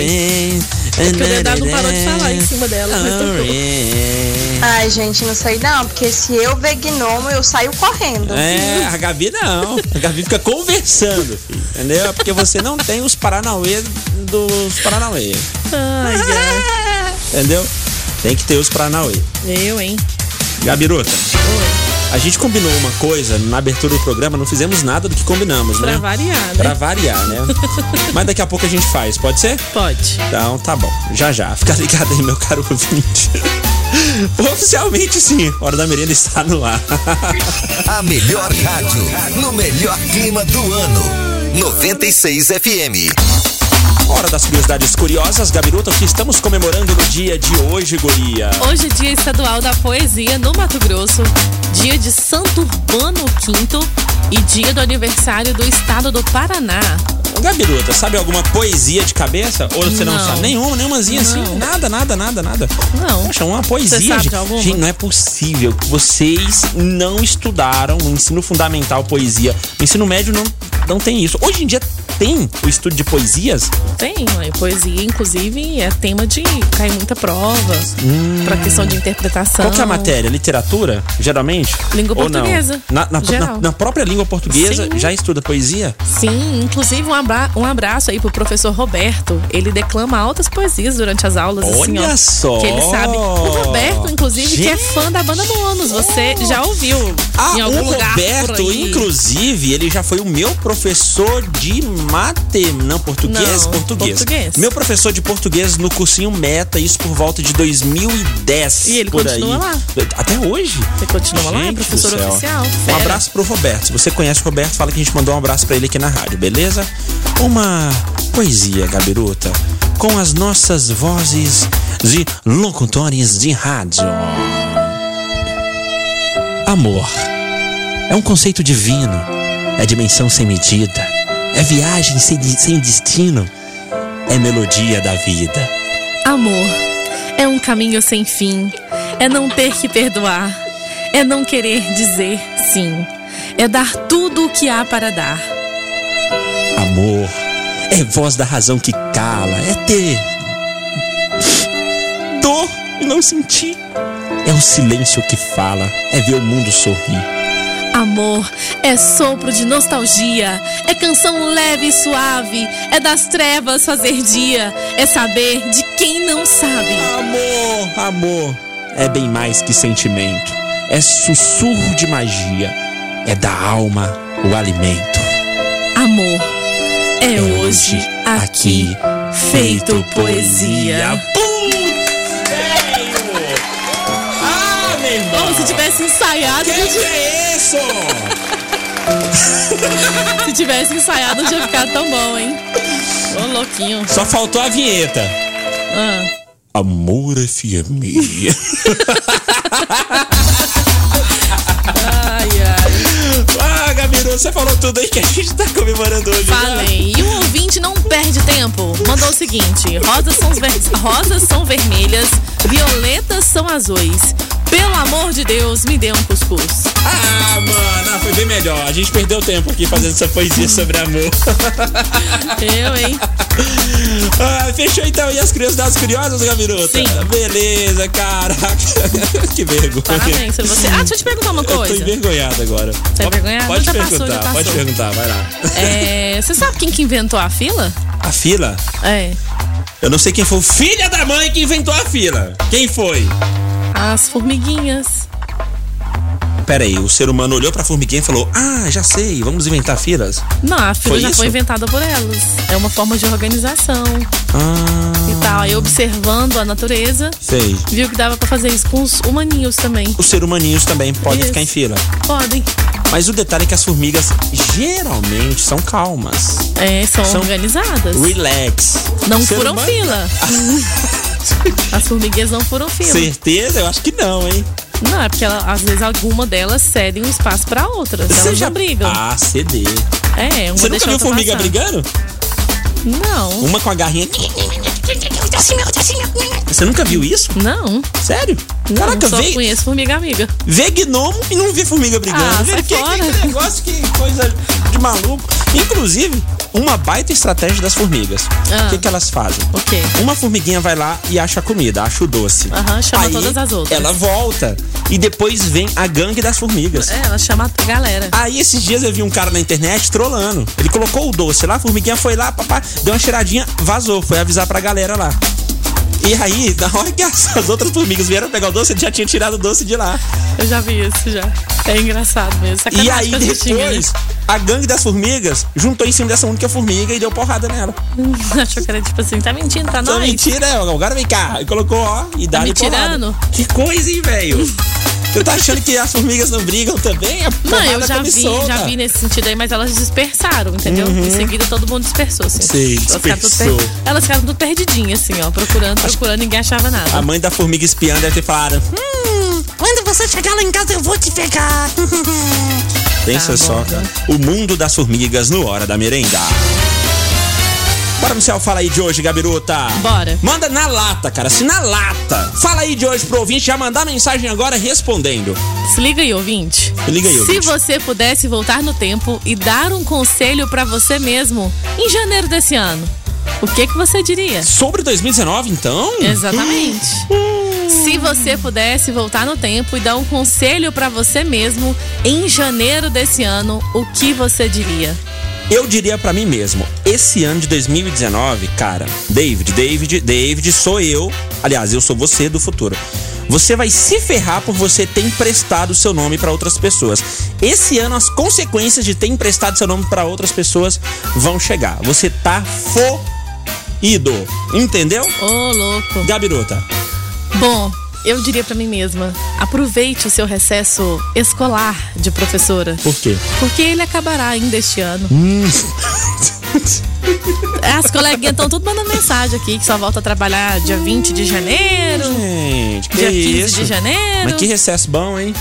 [SPEAKER 5] É que o Dedado não parou de falar em cima dela, mas tocou.
[SPEAKER 12] Ai, gente, não sei não, porque se eu ver gnomo, eu saio correndo.
[SPEAKER 4] É, a Gabi não. A Gabi fica conversando, filho, entendeu? É Porque você não tem os Paranauê dos Paranauê.
[SPEAKER 5] Ai,
[SPEAKER 4] *laughs* Entendeu? Tem que ter os Paranauê.
[SPEAKER 5] Eu, hein?
[SPEAKER 4] Gabiruta, a gente combinou uma coisa na abertura do programa, não fizemos nada do que combinamos,
[SPEAKER 5] Pra
[SPEAKER 4] né?
[SPEAKER 5] variar, né?
[SPEAKER 4] Pra variar,
[SPEAKER 5] *laughs*
[SPEAKER 4] né? Mas daqui a pouco a gente faz, pode ser?
[SPEAKER 5] Pode.
[SPEAKER 4] Então tá bom, já já. Fica ligado aí, meu caro ouvinte. *laughs* Oficialmente sim, Hora da Merenda está no ar. *laughs*
[SPEAKER 1] A melhor rádio, no melhor clima do ano. 96 FM.
[SPEAKER 4] Hora das curiosidades curiosas, Gabiruta, o que estamos comemorando no dia de hoje, Goria?
[SPEAKER 5] Hoje é dia estadual da poesia no Mato Grosso, dia de Santo Urbano V e dia do aniversário do estado do Paraná.
[SPEAKER 4] Gabiruta, sabe alguma poesia de cabeça? Ou você não,
[SPEAKER 5] Não.
[SPEAKER 4] sabe? Nenhuma, nenhumazinha assim? Nada, nada, nada, nada.
[SPEAKER 5] Não.
[SPEAKER 4] Poxa, uma poesia.
[SPEAKER 5] Você sabe de
[SPEAKER 4] gente.
[SPEAKER 5] alguma?
[SPEAKER 4] Gente, não é possível que vocês não estudaram no ensino fundamental poesia. No ensino médio não, não tem isso. Hoje em dia tem o estudo de poesias?
[SPEAKER 5] Tem, ué, poesia, inclusive, é tema de cai muita prova, pra questão de interpretação.
[SPEAKER 4] Hum. Qual que é a matéria? Literatura, geralmente?
[SPEAKER 5] Língua
[SPEAKER 4] Ou não?
[SPEAKER 5] portuguesa,
[SPEAKER 4] Na, na-
[SPEAKER 5] geral.
[SPEAKER 4] na- na própria língua portuguesa
[SPEAKER 5] Sim.
[SPEAKER 4] já estuda poesia?
[SPEAKER 5] Sim, inclusive um, abra um abraço aí pro professor Roberto. Ele declama altas poesias durante as aulas. assim, ó,
[SPEAKER 4] Olha só!
[SPEAKER 5] Que ele sabe. O Roberto, inclusive, que é fã da banda Monos. Você já ouviu
[SPEAKER 4] Ah,
[SPEAKER 5] em algum
[SPEAKER 4] o
[SPEAKER 5] lugar por
[SPEAKER 4] Roberto,
[SPEAKER 5] aí.
[SPEAKER 4] inclusive, ele já foi o meu professor de mate... Não, português?
[SPEAKER 5] Não,
[SPEAKER 4] português.
[SPEAKER 5] português.
[SPEAKER 4] Meu professor de português no cursinho Meta, isso por volta de 2010.
[SPEAKER 5] E ele
[SPEAKER 4] por
[SPEAKER 5] continua
[SPEAKER 4] aí.
[SPEAKER 5] lá.
[SPEAKER 4] Até hoje.
[SPEAKER 5] Ele continua lá, é professor oficial.
[SPEAKER 4] Um
[SPEAKER 5] Fera.
[SPEAKER 4] abraço pro Roberto. Se você conhece o Roberto, fala que a gente mandou um abraço pra ele aqui na rádio, beleza? Uma poesia, Gabiruta, com as nossas vozes de locutores de rádio. Amor é um conceito divino, é dimensão sem medida, é viagem sem, di- sem destino, é melodia da vida.
[SPEAKER 5] Amor é um caminho sem fim. É não ter que perdoar. É não querer dizer sim. É dar tudo o que há para dar.
[SPEAKER 4] Amor é voz da razão que cala, é ter dor e não sentir. É o silêncio que fala, é ver o mundo sorrir.
[SPEAKER 5] Amor é sopro de nostalgia. É canção leve e suave. É das trevas fazer dia. É saber de quem não sabe.
[SPEAKER 4] Amor, amor é bem mais que sentimento, é sussurro de magia, é da alma o alimento.
[SPEAKER 5] Amor é, hoje
[SPEAKER 4] aqui,
[SPEAKER 5] feito poesia.
[SPEAKER 4] Ah, meu irmão!
[SPEAKER 5] Ou se tivesse ensaiado.
[SPEAKER 4] Que
[SPEAKER 5] eu já
[SPEAKER 4] que
[SPEAKER 5] tinha-
[SPEAKER 4] é isso?
[SPEAKER 5] Se tivesse ensaiado, já ia ficar tão bom, hein? Ô, louquinho.
[SPEAKER 4] Só faltou a vinheta.
[SPEAKER 5] Ah.
[SPEAKER 4] Amor é FM.
[SPEAKER 5] *laughs* Ai, ai.
[SPEAKER 4] ah, Gabiru, você falou tudo aí que a gente tá comemorando hoje. né?
[SPEAKER 5] Falei. E o ouvinte não perde tempo. Mandou o seguinte: rosas são, ver- rosas são vermelhas, violetas são azuis. Pelo amor de Deus, me dê um cuscuz.
[SPEAKER 4] Ah, mano, ah, foi bem melhor. A gente perdeu tempo aqui fazendo essa poesia sobre amor. *laughs*
[SPEAKER 5] Eu, hein?
[SPEAKER 4] Ah, fechou então. E as curiosidades curiosas, Gabiruta? Sim. Beleza, caraca. *laughs* que vergonha.
[SPEAKER 5] Parabéns pra você. Ah, deixa eu te perguntar uma coisa.
[SPEAKER 4] Eu tô envergonhado agora.
[SPEAKER 5] Você é envergonhado?
[SPEAKER 4] Pode
[SPEAKER 5] Já
[SPEAKER 4] perguntar,
[SPEAKER 5] passou, já passou.
[SPEAKER 4] pode perguntar, vai lá.
[SPEAKER 5] É, você sabe quem que inventou a fila?
[SPEAKER 4] A fila?
[SPEAKER 5] É.
[SPEAKER 4] Eu não sei quem foi o filho da mãe que inventou a fila. Quem foi?
[SPEAKER 5] As formiguinhas.
[SPEAKER 4] Pera aí, o ser humano olhou pra formiguinha e falou: Ah, já sei, vamos inventar filas.
[SPEAKER 5] Não, a fila
[SPEAKER 4] Foi
[SPEAKER 5] já foi
[SPEAKER 4] isso?
[SPEAKER 5] inventada por elas. É uma forma de organização
[SPEAKER 4] Ah,
[SPEAKER 5] e tal. Aí observando a natureza,
[SPEAKER 4] sei.
[SPEAKER 5] viu que dava pra fazer isso com os humaninhos também.
[SPEAKER 4] Os ser humaninhos também podem
[SPEAKER 5] Isso.
[SPEAKER 4] ficar em fila.
[SPEAKER 5] Podem.
[SPEAKER 4] Mas o detalhe é que as formigas geralmente são calmas.
[SPEAKER 5] É, são,
[SPEAKER 4] São
[SPEAKER 5] organizadas.
[SPEAKER 4] Relax.
[SPEAKER 5] Não
[SPEAKER 4] Ser
[SPEAKER 5] furam
[SPEAKER 4] humano- *laughs*
[SPEAKER 5] fila. As formiguinhas não furam fila.
[SPEAKER 4] Certeza? Eu acho que não, hein?
[SPEAKER 5] Não, é porque ela- às vezes alguma delas cedem um espaço pra outra. Elas já... não brigam.
[SPEAKER 4] Ah, CD.
[SPEAKER 5] É, uma
[SPEAKER 4] Você nunca
[SPEAKER 5] deixa a
[SPEAKER 4] viu
[SPEAKER 5] outra
[SPEAKER 4] formiga
[SPEAKER 5] passar.
[SPEAKER 4] brigando?
[SPEAKER 5] Não.
[SPEAKER 4] Uma com a garrinha.
[SPEAKER 5] tá assim,
[SPEAKER 4] Você nunca viu isso?
[SPEAKER 5] Não.
[SPEAKER 4] Sério?
[SPEAKER 5] Não,
[SPEAKER 4] Caraca,
[SPEAKER 5] só
[SPEAKER 4] vê,
[SPEAKER 5] conheço formiga amiga.
[SPEAKER 4] vê gnomo e não vê formiga brigando.
[SPEAKER 5] Ah,
[SPEAKER 4] Vê
[SPEAKER 5] sai
[SPEAKER 4] que,
[SPEAKER 5] fora.
[SPEAKER 4] que negócio, que coisa de maluco. Inclusive, uma baita estratégia das formigas. O
[SPEAKER 5] Ah.
[SPEAKER 4] que, que elas fazem?
[SPEAKER 5] Ok.
[SPEAKER 4] Uma formiguinha vai lá e acha a comida, acha o doce.
[SPEAKER 5] Aham, Ah, chama
[SPEAKER 4] Aí,
[SPEAKER 5] todas as outras.
[SPEAKER 4] Ela volta e depois vem a gangue das formigas.
[SPEAKER 5] É, ela chama a galera.
[SPEAKER 4] Aí esses dias eu vi um cara na internet trolando. Ele colocou o doce lá, a formiguinha foi lá, papá, deu uma cheiradinha, vazou, foi avisar pra galera lá. E aí, *laughs* na hora que as, as outras formigas vieram pegar o doce, ele já tinha tirado o doce de lá.
[SPEAKER 5] Eu já vi isso já. É engraçado mesmo. Sacanagem
[SPEAKER 4] e aí
[SPEAKER 5] com as bichinhas,
[SPEAKER 4] depois, a gangue das formigas juntou em cima dessa única formiga e deu porrada nela.
[SPEAKER 5] né? *laughs* Achou que era tipo assim, tá mentindo pra
[SPEAKER 4] Isso é
[SPEAKER 5] nós?
[SPEAKER 4] mentira, é, agora vem cá. E colocou, ó, e dá
[SPEAKER 5] Tá me
[SPEAKER 4] porrada.
[SPEAKER 5] tirando?
[SPEAKER 4] Que coisa, hein, velho? Você tá achando que as formigas não brigam também? A
[SPEAKER 5] Não, eu
[SPEAKER 4] porrada
[SPEAKER 5] já
[SPEAKER 4] come
[SPEAKER 5] vi,
[SPEAKER 4] solta.
[SPEAKER 5] já vi nesse sentido aí, mas elas dispersaram, entendeu?
[SPEAKER 4] Uhum.
[SPEAKER 5] Em seguida todo mundo dispersou, assim.
[SPEAKER 4] Sim,
[SPEAKER 5] ficaram tudo
[SPEAKER 4] dispersou.
[SPEAKER 5] per- elas ficaram tudo perdidinhas, assim, ó, procurando, procurando, ninguém achava nada.
[SPEAKER 4] A mãe da formiga espiando deve ter falado.
[SPEAKER 19] Hum, quando você chegar lá em casa, eu vou te
[SPEAKER 5] *laughs*
[SPEAKER 19] pegar.
[SPEAKER 5] Tá
[SPEAKER 4] Pensa só, cara.
[SPEAKER 5] né?
[SPEAKER 4] O mundo das formigas no Hora da Merenda. Bora no céu, fala aí de hoje, Gabiruta.
[SPEAKER 5] Bora.
[SPEAKER 4] Manda na lata, cara. Se na lata. Fala aí de hoje pro ouvinte já mandar mensagem agora respondendo.
[SPEAKER 5] Se liga aí, ouvinte.
[SPEAKER 4] Se liga aí,
[SPEAKER 5] Se
[SPEAKER 4] ouvinte.
[SPEAKER 5] você pudesse voltar no tempo e dar um conselho pra você mesmo em janeiro desse ano, o que que você diria?
[SPEAKER 4] Sobre 2019, então?
[SPEAKER 5] Exatamente. Se você pudesse voltar no tempo e dar um conselho pra você mesmo em janeiro desse ano, o que você diria?
[SPEAKER 4] Eu diria pra mim mesmo, esse ano de 2019, cara, David, David, David, sou eu. Aliás, eu sou você do futuro. Você vai se ferrar por você ter emprestado seu nome pra outras pessoas. Esse ano as consequências de ter emprestado seu nome pra outras pessoas vão chegar. Você tá fodido, entendeu?
[SPEAKER 5] Ô, louco.
[SPEAKER 4] Gabiruta.
[SPEAKER 5] Bom, eu diria pra mim mesma, aproveite o seu recesso escolar de professora,
[SPEAKER 4] Por quê?
[SPEAKER 5] porque ele acabará ainda este ano.
[SPEAKER 4] Hum.
[SPEAKER 5] *laughs* As coleguinhas estão tudo mandando mensagem aqui que só volta a trabalhar dia 20 de janeiro.
[SPEAKER 4] Gente, que
[SPEAKER 5] Dia 15 de
[SPEAKER 4] isso?
[SPEAKER 5] janeiro.
[SPEAKER 4] Mas que recesso bom, hein?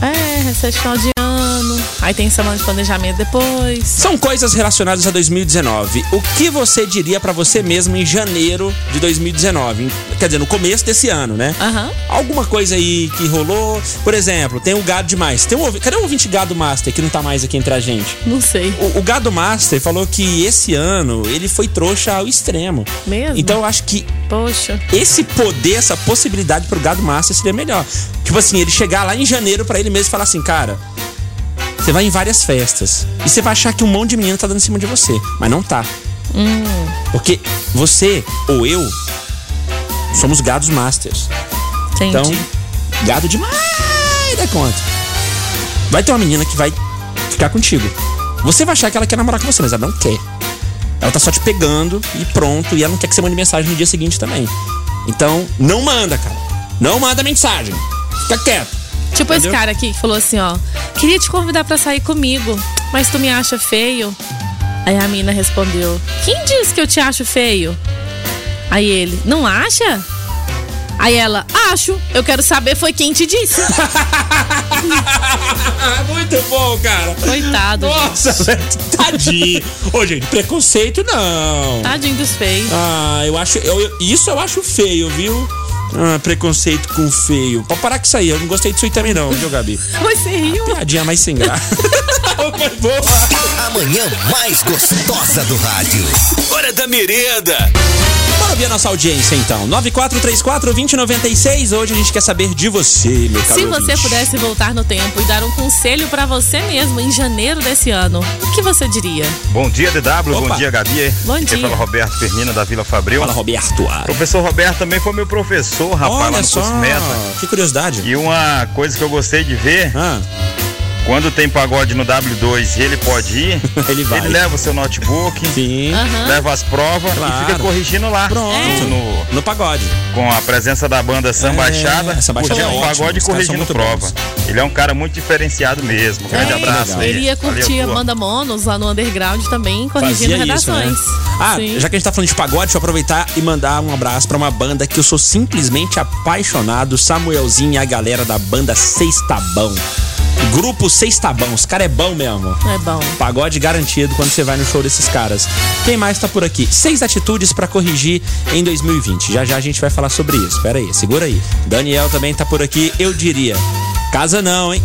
[SPEAKER 5] É, recesso de final de ano. Aí tem semana de planejamento depois.
[SPEAKER 4] São coisas relacionadas a 2019. O que você diria pra você mesmo em janeiro de 2019? Em- Quer dizer, no começo desse ano, né?
[SPEAKER 5] Aham.
[SPEAKER 4] Alguma coisa aí que rolou. Por exemplo, tem o gado demais. Tem um, ouvi- cadê o ouvinte gado master que não tá mais aqui entre a gente?
[SPEAKER 5] Não sei.
[SPEAKER 4] O, o gado master falou que esse ano ele foi trouxa ao extremo.
[SPEAKER 5] Mesmo?
[SPEAKER 4] Então eu acho que
[SPEAKER 5] Poxa.
[SPEAKER 4] esse poder, essa possibilidade pro gado master seria melhor. Tipo assim, ele chegar lá em janeiro pra ele mesmo e falar assim, cara, você vai em várias festas e você vai achar que um monte de menino tá dando em cima de você, mas não tá.
[SPEAKER 5] Hum,
[SPEAKER 4] Porque você ou eu somos gados masters.
[SPEAKER 5] entendi.
[SPEAKER 4] Então, gado demais da conta. Vai ter uma menina que vai ficar contigo. Você vai achar que ela quer namorar com você, mas ela não quer. Ela tá só te pegando e pronto, e ela não quer que você mande mensagem no dia seguinte também. Então, não manda, cara. Não manda mensagem. Fica quieto.
[SPEAKER 5] tipo esse
[SPEAKER 4] entendeu?
[SPEAKER 5] cara aqui que falou assim, ó. Queria te convidar pra sair comigo, mas tu me acha feio? Aí a mina respondeu, quem disse que eu te acho feio? Aí ele, não acha? Aí ela, acho, eu quero saber foi quem
[SPEAKER 4] *laughs*
[SPEAKER 5] te disse.
[SPEAKER 4] *laughs* Muito bom, cara.
[SPEAKER 5] Coitado.
[SPEAKER 4] Nossa, velho, *laughs* tadinho. Ô, gente, preconceito não.
[SPEAKER 5] Tadinho dos feios.
[SPEAKER 4] Ah, eu acho. eu- eu- isso eu acho feio, viu? Ah, preconceito com feio. Pra parar com isso aí, eu não gostei disso aí também não, viu, Gabi?
[SPEAKER 5] Mas você riu.
[SPEAKER 4] Piadinha mais sem
[SPEAKER 11] *laughs*
[SPEAKER 4] graça. é
[SPEAKER 1] A manhã mais gostosa do rádio.
[SPEAKER 2] Hora da merenda.
[SPEAKER 4] Bora ver a nossa audiência então. 9434-2096. Hoje a gente quer saber de você, meu caro
[SPEAKER 5] Se você
[SPEAKER 4] ouvinte.
[SPEAKER 5] pudesse voltar no tempo e dar um conselho pra você mesmo em janeiro desse ano, o que você diria?
[SPEAKER 11] Bom dia, DW.
[SPEAKER 5] Opa.
[SPEAKER 11] Bom dia, Gabi.
[SPEAKER 5] Bom
[SPEAKER 11] Aqui
[SPEAKER 5] dia.
[SPEAKER 11] Fala Roberto Firmino da Vila Fabril.
[SPEAKER 4] Fala, Roberto.
[SPEAKER 11] Professor Roberto também foi meu professor, rapaz,
[SPEAKER 4] Olha
[SPEAKER 11] lá no
[SPEAKER 4] só,
[SPEAKER 11] curso Meta.
[SPEAKER 4] Que curiosidade. Ah,
[SPEAKER 11] E uma coisa que eu gostei de ver. Quando tem pagode no W2 e ele
[SPEAKER 13] *laughs*
[SPEAKER 11] pode ir,
[SPEAKER 4] *laughs* ele,
[SPEAKER 11] vai. leva o seu notebook,
[SPEAKER 5] Aham.
[SPEAKER 4] Né?
[SPEAKER 5] É.
[SPEAKER 11] leva as provas e fica
[SPEAKER 4] Claro. É.
[SPEAKER 11] corrigindo lá. Isso No,
[SPEAKER 4] no pagode.
[SPEAKER 11] Com a presença da banda
[SPEAKER 4] É,
[SPEAKER 11] Samba Chada,
[SPEAKER 4] essa
[SPEAKER 11] curtindo
[SPEAKER 4] baixada é
[SPEAKER 11] o
[SPEAKER 4] ótima,
[SPEAKER 11] pagode e
[SPEAKER 4] os caras são
[SPEAKER 11] corrigindo
[SPEAKER 4] muito
[SPEAKER 11] prova.
[SPEAKER 4] bons.
[SPEAKER 11] Ele é um cara muito diferenciado mesmo. Grande abraço. aí.
[SPEAKER 5] Ele ia É, curtir
[SPEAKER 11] Valeu,
[SPEAKER 5] a
[SPEAKER 11] turma.
[SPEAKER 5] Amanda Monos lá no Underground também, corrigindo
[SPEAKER 4] Fazia isso, né?
[SPEAKER 5] redações.
[SPEAKER 4] Ah,
[SPEAKER 5] Sim.
[SPEAKER 4] já que a gente tá falando de pagode, deixa eu aproveitar e mandar um abraço pra uma banda que eu sou simplesmente apaixonado, Samuelzinho e a galera da banda Seis Tabão. Grupo Seis Tabão, os caras é bom mesmo.
[SPEAKER 5] É bom.
[SPEAKER 4] Pagode garantido quando você vai no show desses caras. Quem mais tá por aqui? Seis atitudes pra corrigir em 2020. Já já a gente vai falar sobre isso. Pera aí, segura aí. Daniel também tá por aqui. Eu diria, casa não, hein?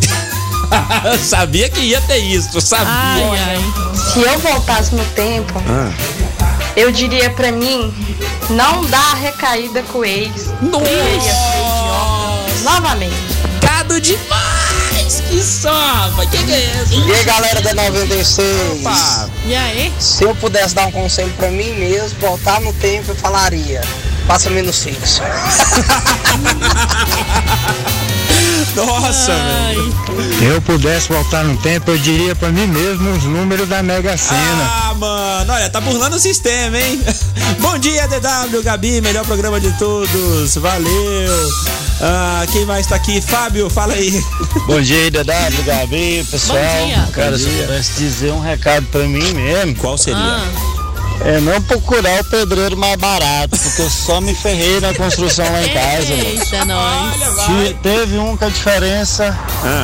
[SPEAKER 4] *laughs* sabia que ia ter isso, sabia.
[SPEAKER 12] Se eu voltasse no tempo,
[SPEAKER 4] Ah.
[SPEAKER 12] eu diria pra mim não dar recaída com o ex.
[SPEAKER 4] Nossa!
[SPEAKER 12] Eu ia ser idiota Novamente.
[SPEAKER 4] Cado demais! Que sova! Que que é isso?
[SPEAKER 20] E aí, galera da 96?
[SPEAKER 5] E aí?
[SPEAKER 20] Se eu pudesse dar um conselho pra mim mesmo, voltar no tempo, eu falaria: passa menos 6.
[SPEAKER 5] Ah.
[SPEAKER 4] Nossa,
[SPEAKER 5] velho.
[SPEAKER 21] Se eu pudesse voltar no tempo, eu diria pra mim mesmo os números da Mega Sena.
[SPEAKER 4] Ah, mano, olha, tá burlando o sistema, hein? *laughs* Bom dia, DW, Gabi, melhor programa de todos. Valeu. Ah, quem mais tá aqui? Fábio, fala aí.
[SPEAKER 21] Bom dia, DW, Gabi, pessoal.
[SPEAKER 4] Bom dia.
[SPEAKER 21] Cara,
[SPEAKER 4] Bom
[SPEAKER 21] se eu
[SPEAKER 4] dia.
[SPEAKER 21] pudesse dizer um recado pra mim mesmo.
[SPEAKER 4] Qual seria?
[SPEAKER 5] Ah,
[SPEAKER 21] É não procurar o pedreiro mais barato, porque eu só me ferrei na construção lá
[SPEAKER 5] *laughs*
[SPEAKER 21] em casa.
[SPEAKER 15] né?
[SPEAKER 21] mano.
[SPEAKER 5] Eita, nós.
[SPEAKER 21] Se teve um que a diferença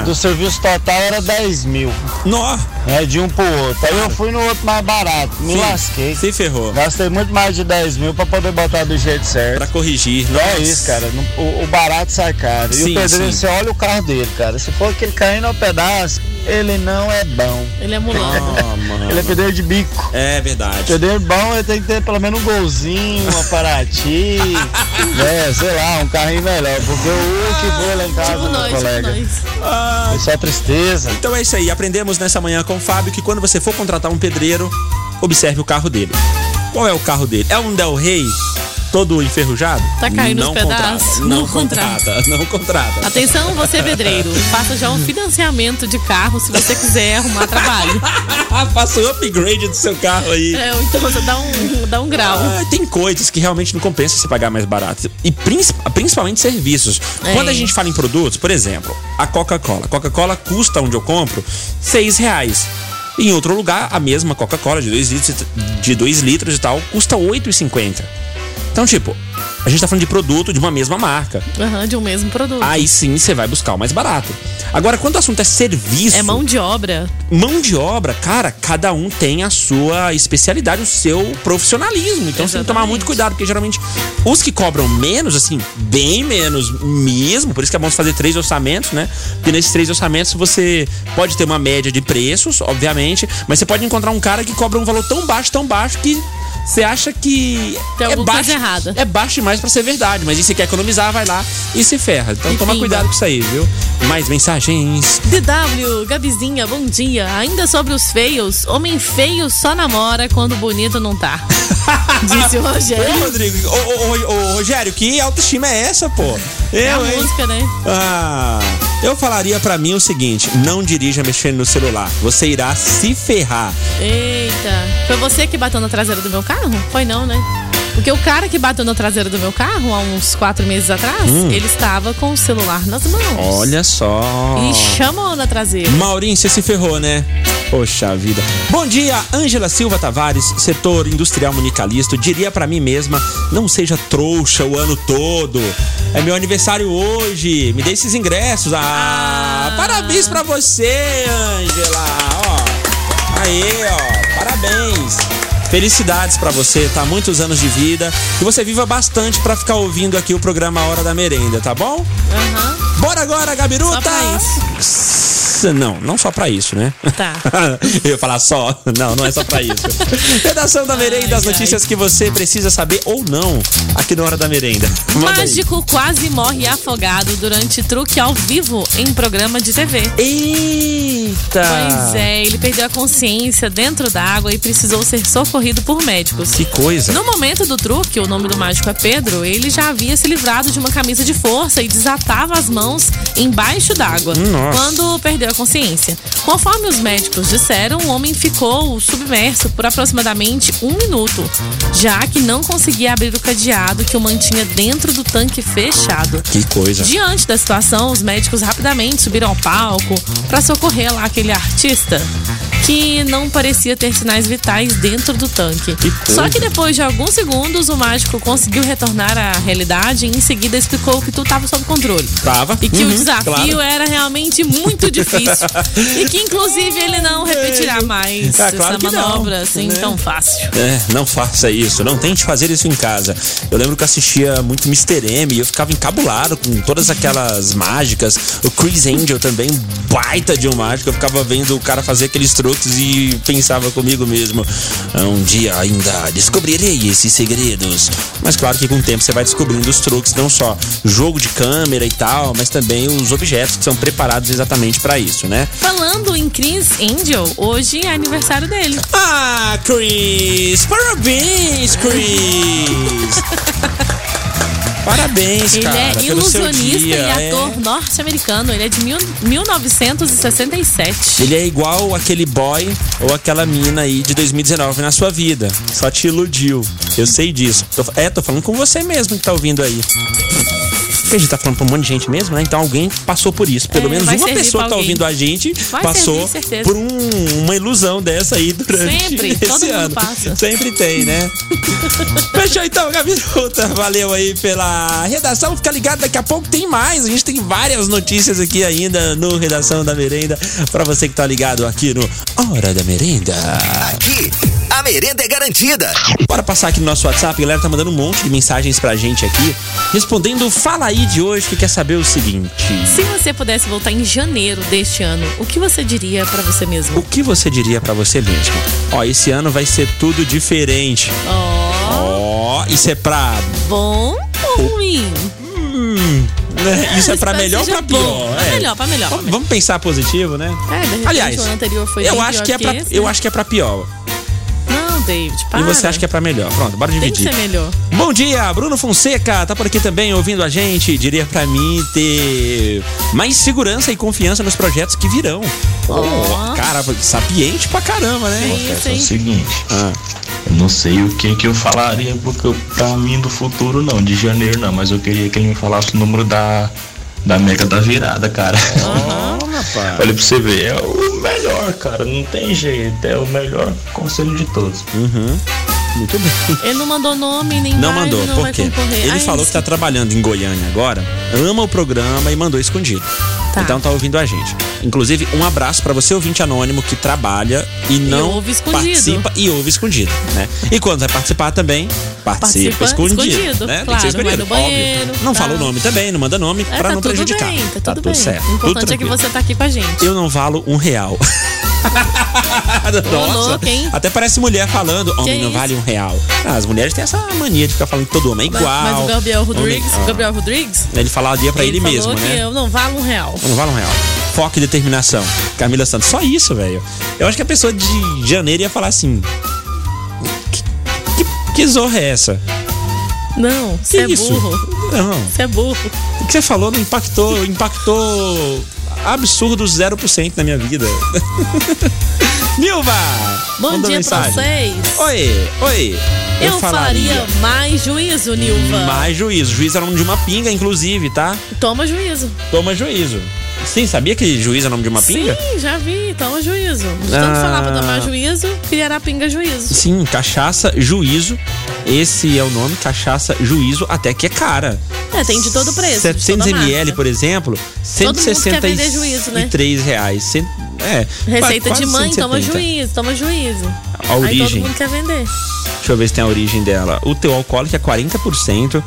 [SPEAKER 21] do serviço total era 10 mil.
[SPEAKER 4] Nó.
[SPEAKER 21] É de um pro outro. Aí eu fui no outro mais barato. Me
[SPEAKER 4] Sim,
[SPEAKER 21] lasquei.
[SPEAKER 4] Se ferrou.
[SPEAKER 21] Gastei muito mais de 10 mil pra poder botar do jeito certo.
[SPEAKER 4] Pra corrigir.
[SPEAKER 21] Não é
[SPEAKER 4] Nossa.
[SPEAKER 21] isso, cara. Não- O, o barato sai caro. e
[SPEAKER 4] Sim,
[SPEAKER 21] o pedreiro,
[SPEAKER 4] sim.
[SPEAKER 21] você olha o carro dele, cara. Se for aquele caindo ao pedaço, ele não é bom.
[SPEAKER 5] Ele é mulão.
[SPEAKER 4] Ah, mano.
[SPEAKER 21] Ele é pedreiro de bico.
[SPEAKER 4] É verdade.
[SPEAKER 21] Pedreiro bom, ele tem que ter pelo menos um golzinho, uma Paraty,
[SPEAKER 3] *laughs*
[SPEAKER 21] né? Sei lá, um carrinho melhor. Porque o que foi lá em casa,
[SPEAKER 5] Tipo
[SPEAKER 21] meu
[SPEAKER 5] nós, tipo
[SPEAKER 21] colega.
[SPEAKER 5] nós.
[SPEAKER 4] Ah,
[SPEAKER 21] Isso é tristeza.
[SPEAKER 4] Então é isso aí. Aprendemos nessa manhã com o Fábio que quando você for contratar um pedreiro, observe o carro dele. Qual é o carro dele? É um Del Rey? Todo enferrujado?
[SPEAKER 5] Tá caindo
[SPEAKER 4] não
[SPEAKER 5] os pedaços?
[SPEAKER 4] Contrata, não,
[SPEAKER 5] Não contrata. Tá
[SPEAKER 4] contrata. Não contrata.
[SPEAKER 5] Atenção, você pedreiro. Faça já um financiamento de carro se você quiser arrumar trabalho.
[SPEAKER 4] Ah, Faça o upgrade do seu carro aí.
[SPEAKER 5] É, ou então você dá um, dá um grau.
[SPEAKER 4] Ah, tem coisas que realmente não compensa se pagar mais barato. E princi- principalmente serviços.
[SPEAKER 5] É.
[SPEAKER 4] Quando a gente fala em produtos, por exemplo, a Coca-Cola. Coca-Cola custa onde eu compro seis reais. Em outro lugar, a mesma Coca-Cola de 2 litros, de dois litros e tal custa R$ 8,50. Então, tipo, a gente tá falando de produto de uma mesma marca.
[SPEAKER 5] Aham, de um mesmo produto.
[SPEAKER 4] Aí sim você vai buscar o mais barato. Agora, quando o assunto é serviço.
[SPEAKER 5] É mão de obra.
[SPEAKER 4] Mão de obra, cara, cada um tem a sua especialidade, o seu profissionalismo. Então você tem que tomar muito cuidado, porque geralmente os que cobram menos, assim, bem menos mesmo, por isso que é bom você fazer três orçamentos, né? Porque nesses três orçamentos você pode ter uma média de preços, obviamente, mas você pode encontrar um cara que cobra um valor tão baixo, tão baixo que. Você acha que é
[SPEAKER 5] alguma
[SPEAKER 4] baixo,
[SPEAKER 5] coisa errada.
[SPEAKER 4] é baixo demais pra ser verdade, mas e se quer economizar, vai lá e se ferra. Então toma
[SPEAKER 5] pimba.
[SPEAKER 4] cuidado com isso aí, viu? Mais mensagens.
[SPEAKER 5] DW, Gabizinha, bom dia. Ainda sobre os feios, homem feio só namora quando bonito não
[SPEAKER 4] *laughs*
[SPEAKER 5] tá. Disse é? o
[SPEAKER 4] Ô,
[SPEAKER 5] Rogério.
[SPEAKER 4] É, Rodrigo, ô, ô, ô, ô, Rogério, que autoestima é essa, pô? Eu,
[SPEAKER 5] é a
[SPEAKER 4] hein?
[SPEAKER 5] música, né?
[SPEAKER 4] Ah, eu falaria pra mim o seguinte: não dirija mexendo no celular. Você irá se ferrar.
[SPEAKER 5] Eita. Foi você que bateu na traseira do meu carro? Foi não, né? Porque o cara que bateu na traseira do meu carro há uns quatro meses atrás,
[SPEAKER 4] Hum.
[SPEAKER 5] ele estava com o celular nas mãos.
[SPEAKER 4] Olha só.
[SPEAKER 5] E chamou na traseira.
[SPEAKER 4] Maurinho, você se ferrou, né? Poxa vida. Bom dia, Ângela Silva Tavares, setor industrial municalista. Diria pra mim mesma, não seja trouxa o ano todo. É meu aniversário hoje. Me dê esses ingressos. Ah, parabéns pra você, Ângela. Ó. Aê, ó. Parabéns. Felicidades pra você, tá? Muitos anos de vida. Que você viva bastante pra ficar ouvindo aqui o programa Hora da Merenda, tá bom? Bora agora, Gabiruta! Só Não, não só pra isso, né?
[SPEAKER 5] Tá.
[SPEAKER 4] *laughs* Eu ia falar só. Não, não é só pra isso. Redação da Merenda, as notícias que você precisa saber ou não aqui na Hora da Merenda. Manda aí.
[SPEAKER 5] Mágico quase morre afogado durante truque ao vivo em programa de TV.
[SPEAKER 4] Eita!
[SPEAKER 5] Pois é, ele perdeu a consciência dentro da água e precisou ser socorrido por médicos.
[SPEAKER 4] Que coisa.
[SPEAKER 5] No momento do truque, o nome do mágico é Pedro, ele já havia se livrado de uma camisa de força e desatava as mãos embaixo d'água
[SPEAKER 4] Nossa.
[SPEAKER 5] quando perdeu a consciência. Conforme os médicos disseram, o homem ficou submerso por aproximadamente um minuto, já que não conseguia abrir o cadeado que o mantinha dentro do tanque fechado.
[SPEAKER 4] Que coisa.
[SPEAKER 5] Diante da situação, os médicos rapidamente subiram ao palco para socorrer lá aquele artista que não parecia ter sinais vitais dentro do tanque. Só que depois de alguns segundos, o mágico conseguiu retornar à realidade e em seguida explicou que tudo estava sob controle.
[SPEAKER 4] Tava.
[SPEAKER 5] E que o
[SPEAKER 4] Uhum,
[SPEAKER 5] desafio
[SPEAKER 4] claro.
[SPEAKER 5] era realmente
[SPEAKER 4] *laughs*
[SPEAKER 5] muito difícil. e que inclusive ele não repetirá mais
[SPEAKER 4] Ah, claro que
[SPEAKER 5] essa
[SPEAKER 4] não,
[SPEAKER 5] manobra assim
[SPEAKER 4] né?
[SPEAKER 5] tão fácil.
[SPEAKER 4] É, não faça isso, não tente fazer isso em casa. Eu lembro que eu assistia muito Mr. M e eu ficava encabulado com todas aquelas mágicas. O Chris Angel também, baita de um mágico. Eu ficava vendo o cara fazer aqueles truques e pensava comigo mesmo: "Ah, um dia ainda descobrirei esses segredos. Mas claro que com o tempo você vai descobrindo os truques, não só jogo de câmera e tal, mas também os objetos que são preparados exatamente pra isso, né?
[SPEAKER 5] Falando em Chris Angel, hoje é aniversário dele.
[SPEAKER 4] Ah, Chris! Parabéns,
[SPEAKER 5] *laughs*
[SPEAKER 4] Chris! Parabéns,
[SPEAKER 5] Ele
[SPEAKER 4] cara.
[SPEAKER 5] é
[SPEAKER 4] pelo seu
[SPEAKER 5] ilusionista
[SPEAKER 4] dia,
[SPEAKER 5] e
[SPEAKER 4] é.
[SPEAKER 5] ator norte-americano. Ele é de mil, 1967.
[SPEAKER 4] Ele é igual aquele boy ou aquela mina aí de 2019 na sua vida. Só te iludiu. Eu sei disso. Tô- é, tô falando com você mesmo que tá ouvindo aí. Porque a gente tá falando pra um monte de gente mesmo, né? Então alguém passou por isso. Pelo
[SPEAKER 5] É,
[SPEAKER 4] menos
[SPEAKER 5] vai
[SPEAKER 4] uma
[SPEAKER 5] servir
[SPEAKER 4] pessoa que
[SPEAKER 5] pra
[SPEAKER 4] tá
[SPEAKER 5] alguém.
[SPEAKER 4] ouvindo a gente
[SPEAKER 5] Vai
[SPEAKER 4] passou
[SPEAKER 5] servir, certeza.
[SPEAKER 4] por um- uma ilusão dessa aí durante
[SPEAKER 5] Sempre,
[SPEAKER 4] esse
[SPEAKER 5] todo mundo
[SPEAKER 4] ano.
[SPEAKER 5] passa.
[SPEAKER 4] Sempre tem,
[SPEAKER 5] *laughs*
[SPEAKER 4] né? Fechou então, Gabiruta. Valeu aí pela redação. Fica ligado, daqui a pouco tem mais. A gente tem várias notícias aqui ainda no Redação da Merenda. Pra você que tá ligado aqui no Hora da Merenda.
[SPEAKER 1] Aqui, a merenda é garantida.
[SPEAKER 4] Bora passar aqui no nosso WhatsApp. A galera tá mandando um monte de mensagens pra gente aqui. Respondendo o Fala Aí de hoje, que quer saber o seguinte.
[SPEAKER 5] Se você pudesse voltar em janeiro deste ano, o que você diria pra você mesmo?
[SPEAKER 4] O que você diria pra você mesmo? Ó, esse ano vai ser tudo diferente. Ó, isso é pra...
[SPEAKER 5] Bom ou ruim?
[SPEAKER 4] Hum, né?
[SPEAKER 5] *laughs*
[SPEAKER 4] Isso é pra
[SPEAKER 5] Espero
[SPEAKER 4] melhor ou
[SPEAKER 5] que
[SPEAKER 4] pra
[SPEAKER 5] seja bom.
[SPEAKER 4] pior?
[SPEAKER 5] Pra
[SPEAKER 4] É.
[SPEAKER 5] melhor, pra melhor.
[SPEAKER 4] Vamos- Vamos pensar positivo, né?
[SPEAKER 5] É, de repente
[SPEAKER 4] Aliás,
[SPEAKER 5] o ano anterior foi
[SPEAKER 4] eu
[SPEAKER 5] bem
[SPEAKER 4] acho
[SPEAKER 5] pior
[SPEAKER 4] que é pra,
[SPEAKER 5] esse,
[SPEAKER 4] eu
[SPEAKER 5] né?
[SPEAKER 4] acho que é pra pior.
[SPEAKER 5] Não, David, para.
[SPEAKER 4] E você acha que é pra melhor? Pronto, bora
[SPEAKER 5] Tem que
[SPEAKER 4] dividir.
[SPEAKER 5] ser melhor.
[SPEAKER 4] Bom dia, Bruno Fonseca, tá por aqui também ouvindo a gente. Diria pra mim ter mais segurança e confiança nos projetos que virão. Pô, cara, sapiente pra caramba, né?
[SPEAKER 5] Confesso
[SPEAKER 3] É o seguinte, eu não sei o que que eu falaria porque eu- pra mim do futuro não, de janeiro não, mas eu queria que ele me falasse o número da, da mega da virada, cara. Olha pra você ver, é o melhor, cara, não tem jeito, é o melhor conselho de todos.
[SPEAKER 4] Muito bem.
[SPEAKER 5] Ele não mandou nome, nem
[SPEAKER 4] Não
[SPEAKER 5] vai,
[SPEAKER 4] mandou,
[SPEAKER 5] não
[SPEAKER 4] por
[SPEAKER 5] vai
[SPEAKER 4] quê?
[SPEAKER 5] concorrer.
[SPEAKER 4] Ele
[SPEAKER 5] Ah,
[SPEAKER 4] falou que tá trabalhando em Goiânia agora, ama o programa e mandou escondido. Então tá ouvindo a gente. Inclusive, um abraço pra você, ouvinte anônimo, que trabalha e não
[SPEAKER 5] ouve escondido.
[SPEAKER 4] participa e ouve escondido, né? E quando vai participar também, participa,
[SPEAKER 5] Participa
[SPEAKER 4] escondido.
[SPEAKER 5] escondido,
[SPEAKER 4] né?
[SPEAKER 5] claro,
[SPEAKER 4] Tem que ser
[SPEAKER 5] vai
[SPEAKER 4] escondido,
[SPEAKER 5] no
[SPEAKER 4] óbvio.
[SPEAKER 5] banheiro,
[SPEAKER 4] Não
[SPEAKER 5] tá.
[SPEAKER 4] fala o nome também, não manda nome
[SPEAKER 5] É,
[SPEAKER 4] pra
[SPEAKER 5] tá
[SPEAKER 4] não
[SPEAKER 5] tudo
[SPEAKER 4] prejudicar.
[SPEAKER 5] bem, tá tudo bem.
[SPEAKER 4] certo.
[SPEAKER 5] O importante
[SPEAKER 4] tudo
[SPEAKER 5] é que
[SPEAKER 4] tranquilo.
[SPEAKER 5] você tá aqui com a gente.
[SPEAKER 4] Eu não valo um real. *laughs* Nossa,
[SPEAKER 5] louco, hein?
[SPEAKER 4] até parece mulher falando, homem não
[SPEAKER 5] isso?
[SPEAKER 4] vale um real. Ah, as mulheres têm essa mania de ficar falando que todo homem é
[SPEAKER 5] Mas,
[SPEAKER 4] igual.
[SPEAKER 5] mas o Gabriel
[SPEAKER 4] homem-
[SPEAKER 5] Rodrigues,
[SPEAKER 4] Ah.
[SPEAKER 5] o Gabriel Rodrigues,
[SPEAKER 4] Ele falaria pra ele, mesmo,
[SPEAKER 5] falou que
[SPEAKER 4] né?
[SPEAKER 5] eu não valo um real.
[SPEAKER 4] Não vale um real. Foco e determinação. Camila Santos. Só isso, velho. Eu acho que a pessoa de janeiro ia falar assim. Que, que, que zorra é essa?
[SPEAKER 5] Não,
[SPEAKER 4] Que
[SPEAKER 5] você é
[SPEAKER 4] isso?
[SPEAKER 5] burro.
[SPEAKER 4] Não.
[SPEAKER 5] Você é burro.
[SPEAKER 4] O que você falou não impactou. Impactou absurdo 0% na minha vida. *laughs* Milva!
[SPEAKER 5] Bom
[SPEAKER 4] mandou
[SPEAKER 5] dia
[SPEAKER 4] mensagem.
[SPEAKER 5] pra vocês.
[SPEAKER 4] Oi, oi.
[SPEAKER 5] Eu, falaria... mais juízo, Nilva.
[SPEAKER 4] Mais juízo. Juízo é o nome de uma pinga, inclusive, tá?
[SPEAKER 5] Toma juízo.
[SPEAKER 4] Toma juízo. Sim, sabia que juízo é o nome de uma pinga?
[SPEAKER 5] Sim, já vi. Toma juízo. De tanto
[SPEAKER 4] Ah.
[SPEAKER 5] falar pra tomar juízo, criará pinga juízo.
[SPEAKER 4] Sim, cachaça juízo. Esse é o nome, cachaça juízo, até que é cara.
[SPEAKER 5] É, tem de todo preço. de toda
[SPEAKER 4] 700 ml,
[SPEAKER 5] marca.
[SPEAKER 4] por exemplo,
[SPEAKER 5] Todo mundo quer vender juízo, né?
[SPEAKER 4] 163 reais. Cent- É,
[SPEAKER 5] Receita
[SPEAKER 4] quase
[SPEAKER 5] de mãe, toma
[SPEAKER 4] 170.
[SPEAKER 5] juízo, toma juízo.
[SPEAKER 4] a origem.
[SPEAKER 5] Aí todo mundo quer vender.
[SPEAKER 4] Deixa eu ver se tem a origem dela. O teu alcoólico é 40%.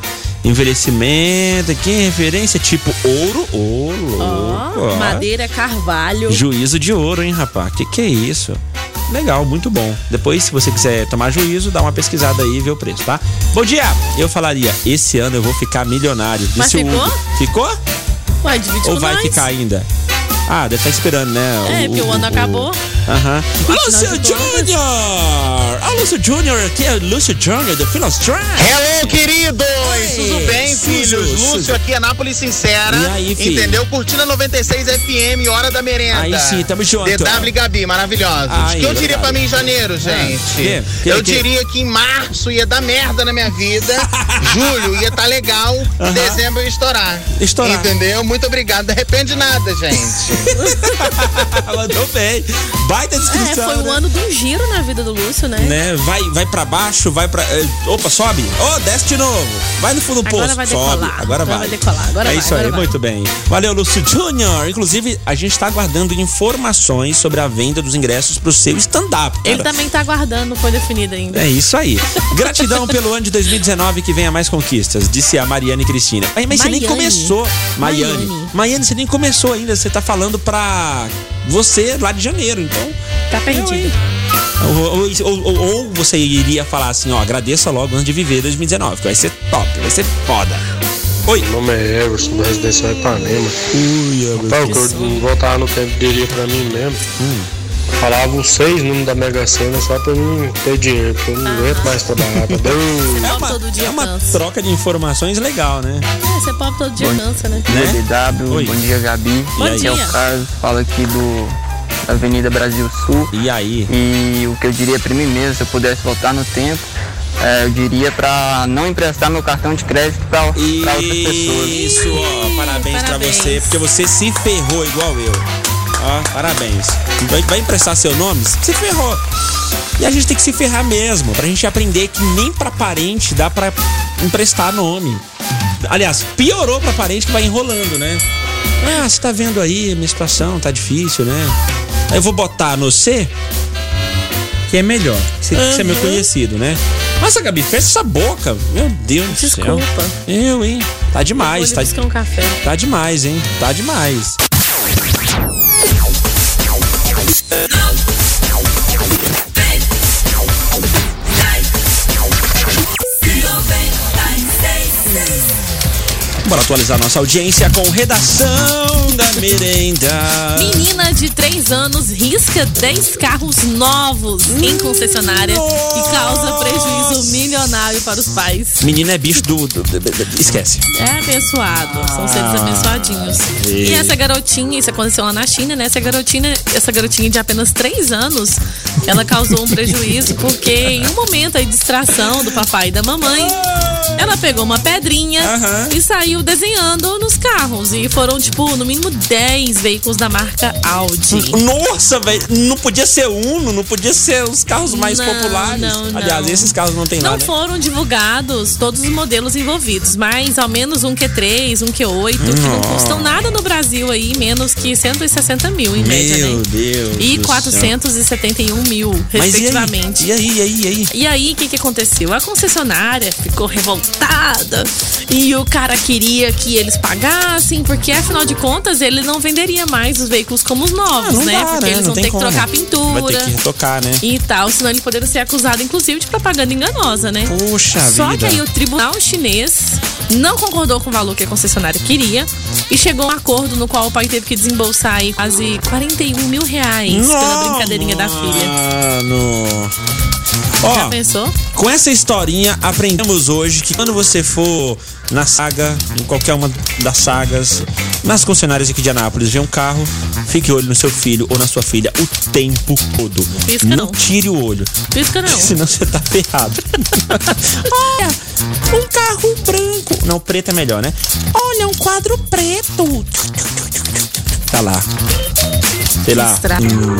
[SPEAKER 4] Envelhecimento, aqui referência tipo ouro. Ô, louco,
[SPEAKER 5] Ó,
[SPEAKER 4] ó.
[SPEAKER 5] madeira, carvalho.
[SPEAKER 4] Juízo de ouro, hein, rapaz? Que que é isso? Legal, muito bom. Depois, se você quiser tomar juízo, dá uma pesquisada aí e vê o preço, tá? Bom dia! Eu falaria, esse ano eu vou ficar milionário.
[SPEAKER 5] Mas
[SPEAKER 4] Disse o
[SPEAKER 5] ficou?
[SPEAKER 4] Hugo. Ficou?
[SPEAKER 5] Ué, divide
[SPEAKER 4] Ou
[SPEAKER 5] com
[SPEAKER 4] vai
[SPEAKER 5] nós.
[SPEAKER 4] ficar ainda? Ah, deve estar esperando, né?
[SPEAKER 5] É, porque o ano acabou.
[SPEAKER 4] uh, Aham. Lúcio
[SPEAKER 5] Afinal de contas-
[SPEAKER 4] Júnior! Ah, Lúcio Júnior aqui é o Lúcio Júnior do Finos Track.
[SPEAKER 7] Hello, queridos! Tudo bem,
[SPEAKER 4] Suzu,
[SPEAKER 7] filhos?
[SPEAKER 4] Suzu.
[SPEAKER 7] Lúcio aqui, Anápolis Sincera.
[SPEAKER 4] E aí, filho?
[SPEAKER 7] Entendeu? Curtindo a 96 FM, Hora da Merenda.
[SPEAKER 4] Aí sim, tamo junto.
[SPEAKER 7] DW e Gabi, maravilhosos.
[SPEAKER 4] Aí,
[SPEAKER 7] o que eu diria
[SPEAKER 4] verdade.
[SPEAKER 7] pra mim em janeiro, gente?
[SPEAKER 4] quê? Quê,
[SPEAKER 7] eu
[SPEAKER 4] quê?
[SPEAKER 7] diria que em março ia dar merda na minha
[SPEAKER 4] *laughs*
[SPEAKER 7] vida. Julho ia tá legal.
[SPEAKER 4] Aham.
[SPEAKER 7] Dezembro ia estourar.
[SPEAKER 4] Estourar.
[SPEAKER 7] Entendeu? Muito obrigado. De repente nada, gente.
[SPEAKER 4] Ah, Mandou bem. Baita
[SPEAKER 5] É,
[SPEAKER 4] descrição.
[SPEAKER 5] foi um
[SPEAKER 4] né?
[SPEAKER 5] ano de um giro na vida do Lúcio, né?
[SPEAKER 4] Né? Vai, vai pra baixo, vai pra. eh, Opa, sobe! Ô, desce de novo! Vai no fundo do
[SPEAKER 5] Agora
[SPEAKER 4] poço,
[SPEAKER 5] vai
[SPEAKER 4] sobe!
[SPEAKER 5] decolar,
[SPEAKER 4] Agora
[SPEAKER 5] agora
[SPEAKER 4] vai.
[SPEAKER 5] vai decolar, agora
[SPEAKER 4] é
[SPEAKER 5] vai,
[SPEAKER 4] isso
[SPEAKER 5] agora
[SPEAKER 4] aí,
[SPEAKER 5] vai.
[SPEAKER 4] muito bem. Valeu, Lúcio Júnior! Inclusive, a gente tá aguardando informações sobre a venda dos ingressos pro seu stand-up. cara.
[SPEAKER 5] Ele também tá aguardando, não foi definido ainda.
[SPEAKER 4] É isso aí. Gratidão pelo ano de 2019 que venha mais conquistas, disse a Mariane Cristina. Mas, mas você nem
[SPEAKER 5] Maiane.
[SPEAKER 4] começou, Mariane.
[SPEAKER 5] Maiane.
[SPEAKER 4] Mariane, você nem começou ainda. Você tá falando pra você lá de janeiro, então.
[SPEAKER 5] Tá perdido.
[SPEAKER 4] Ou, ou- ou- ou- ou você iria falar assim, ó, agradeça logo antes de viver 2019, que vai ser top, vai ser foda. Oi.
[SPEAKER 22] Meu nome é Everson, da residência Ipanema.
[SPEAKER 4] Ui,
[SPEAKER 22] Rapaz, o que eu voltava no tempo diria pra mim mesmo.
[SPEAKER 15] Hum.
[SPEAKER 22] Falava os seis números da Mega Sena só pra eu não ter dinheiro, porque eu não
[SPEAKER 13] Ah.
[SPEAKER 22] aguento mais trabalhar. tá
[SPEAKER 4] É
[SPEAKER 22] bom?
[SPEAKER 5] Pobre todo dia cansa.
[SPEAKER 4] Troca de informações legal, né?
[SPEAKER 5] É, você pobre todo dia
[SPEAKER 4] Bom-
[SPEAKER 5] cansa, né?
[SPEAKER 4] DW,
[SPEAKER 10] Bom dia, Gabi.
[SPEAKER 4] E aí?
[SPEAKER 10] Aqui é o Carlos, falo aqui do da Avenida Brasil Sul.
[SPEAKER 4] E aí?
[SPEAKER 10] E o que eu diria pra mim mesmo, se eu pudesse voltar no tempo, é, eu diria pra não emprestar meu cartão de crédito pra, pra outras pessoas.
[SPEAKER 4] Isso, ó, parabéns, pra você, porque você se ferrou igual eu. Ó, parabéns. Vai, vai emprestar seu nome? Se ferrou. E a gente tem que se ferrar mesmo, pra gente aprender que nem pra parente dá pra emprestar nome. Aliás, piorou pra parente que vai enrolando, né? Ah, você tá vendo aí, minha situação tá difícil, né? Aí eu vou botar no C, que é melhor. Você, você é meu
[SPEAKER 5] Uhum.
[SPEAKER 4] conhecido, né? Nossa, Gabi, fecha essa boca. Meu Deus do céu.
[SPEAKER 5] Desculpa.
[SPEAKER 4] Eu, hein? Tá demais,
[SPEAKER 5] Vou
[SPEAKER 4] tá,
[SPEAKER 5] lhe buscar um café.
[SPEAKER 4] tá demais, hein? Tá demais. Bora atualizar nossa audiência com redação da merenda.
[SPEAKER 5] Menina de 3 anos risca 10 carros novos em concessionária e causa prejuízo milionário para os pais.
[SPEAKER 4] Menina é bicho do. do- do- do- esquece.
[SPEAKER 5] É abençoado, são seres
[SPEAKER 4] Ah.
[SPEAKER 5] abençoadinhos. E...
[SPEAKER 4] E-
[SPEAKER 5] essa garotinha, isso aconteceu lá na China, né? Essa garotinha, essa garotinha de apenas 3 anos, ela causou um prejuízo porque em um momento aí de distração do papai e da mamãe, ela pegou uma pedrinha e saiu desenhando nos carros e foram tipo no mínimo 10 veículos da marca Audi.
[SPEAKER 4] Nossa, velho, não podia ser Uno, não podia ser os carros mais
[SPEAKER 5] Não,
[SPEAKER 4] populares.
[SPEAKER 5] não, não.
[SPEAKER 4] Aliás, esses carros não tem
[SPEAKER 5] Não
[SPEAKER 4] nada.
[SPEAKER 5] foram divulgados todos os modelos envolvidos, mas ao menos um Q3, um Q8, que não
[SPEAKER 4] Nossa.
[SPEAKER 5] custam nada no Brasil aí, menos que 160 mil em média, né?
[SPEAKER 4] Meu Deus.
[SPEAKER 5] E
[SPEAKER 4] do céu.
[SPEAKER 5] 471 mil,
[SPEAKER 4] Mas e aí?
[SPEAKER 5] respectivamente.
[SPEAKER 4] E aí, e aí, e aí?
[SPEAKER 5] E aí, o que, que aconteceu? A concessionária ficou revoltada e o cara queria que eles pagassem, porque afinal de contas ele não venderia mais os veículos como os novos,
[SPEAKER 4] Ah, não
[SPEAKER 5] né?
[SPEAKER 4] dá,
[SPEAKER 5] porque
[SPEAKER 4] né?
[SPEAKER 5] eles
[SPEAKER 4] Não
[SPEAKER 5] vão
[SPEAKER 4] tem
[SPEAKER 5] ter
[SPEAKER 4] como.
[SPEAKER 5] que trocar a pintura
[SPEAKER 4] Vai ter que retocar, né?
[SPEAKER 5] e tal, senão ele poderia ser acusado, inclusive, de propaganda enganosa, né?
[SPEAKER 4] Puxa
[SPEAKER 5] Só
[SPEAKER 4] vida.
[SPEAKER 5] que aí o tribunal chinês não concordou com o valor que a concessionária queria e chegou a um acordo no qual o pai teve que desembolsar aí quase 41 mil reais pela
[SPEAKER 4] Não,
[SPEAKER 5] brincadeirinha da filha.
[SPEAKER 4] Mano.
[SPEAKER 5] Já
[SPEAKER 4] Ó,
[SPEAKER 5] pensou?
[SPEAKER 4] com essa historinha aprendemos hoje que quando você for na saga, em qualquer uma das sagas, nas concessionárias aqui de Anápolis, ver um carro, fique olho no seu filho ou na sua filha o tempo todo.
[SPEAKER 5] Pisca
[SPEAKER 4] não,
[SPEAKER 5] não.
[SPEAKER 4] tire o olho.
[SPEAKER 5] Pisca não.
[SPEAKER 4] *laughs* Senão você tá ferrado. *laughs* Olha, um carro branco. Não, preto é melhor, né?
[SPEAKER 19] Olha, um quadro preto.
[SPEAKER 4] Tá lá. Sei lá.
[SPEAKER 19] Estrada.
[SPEAKER 4] hum,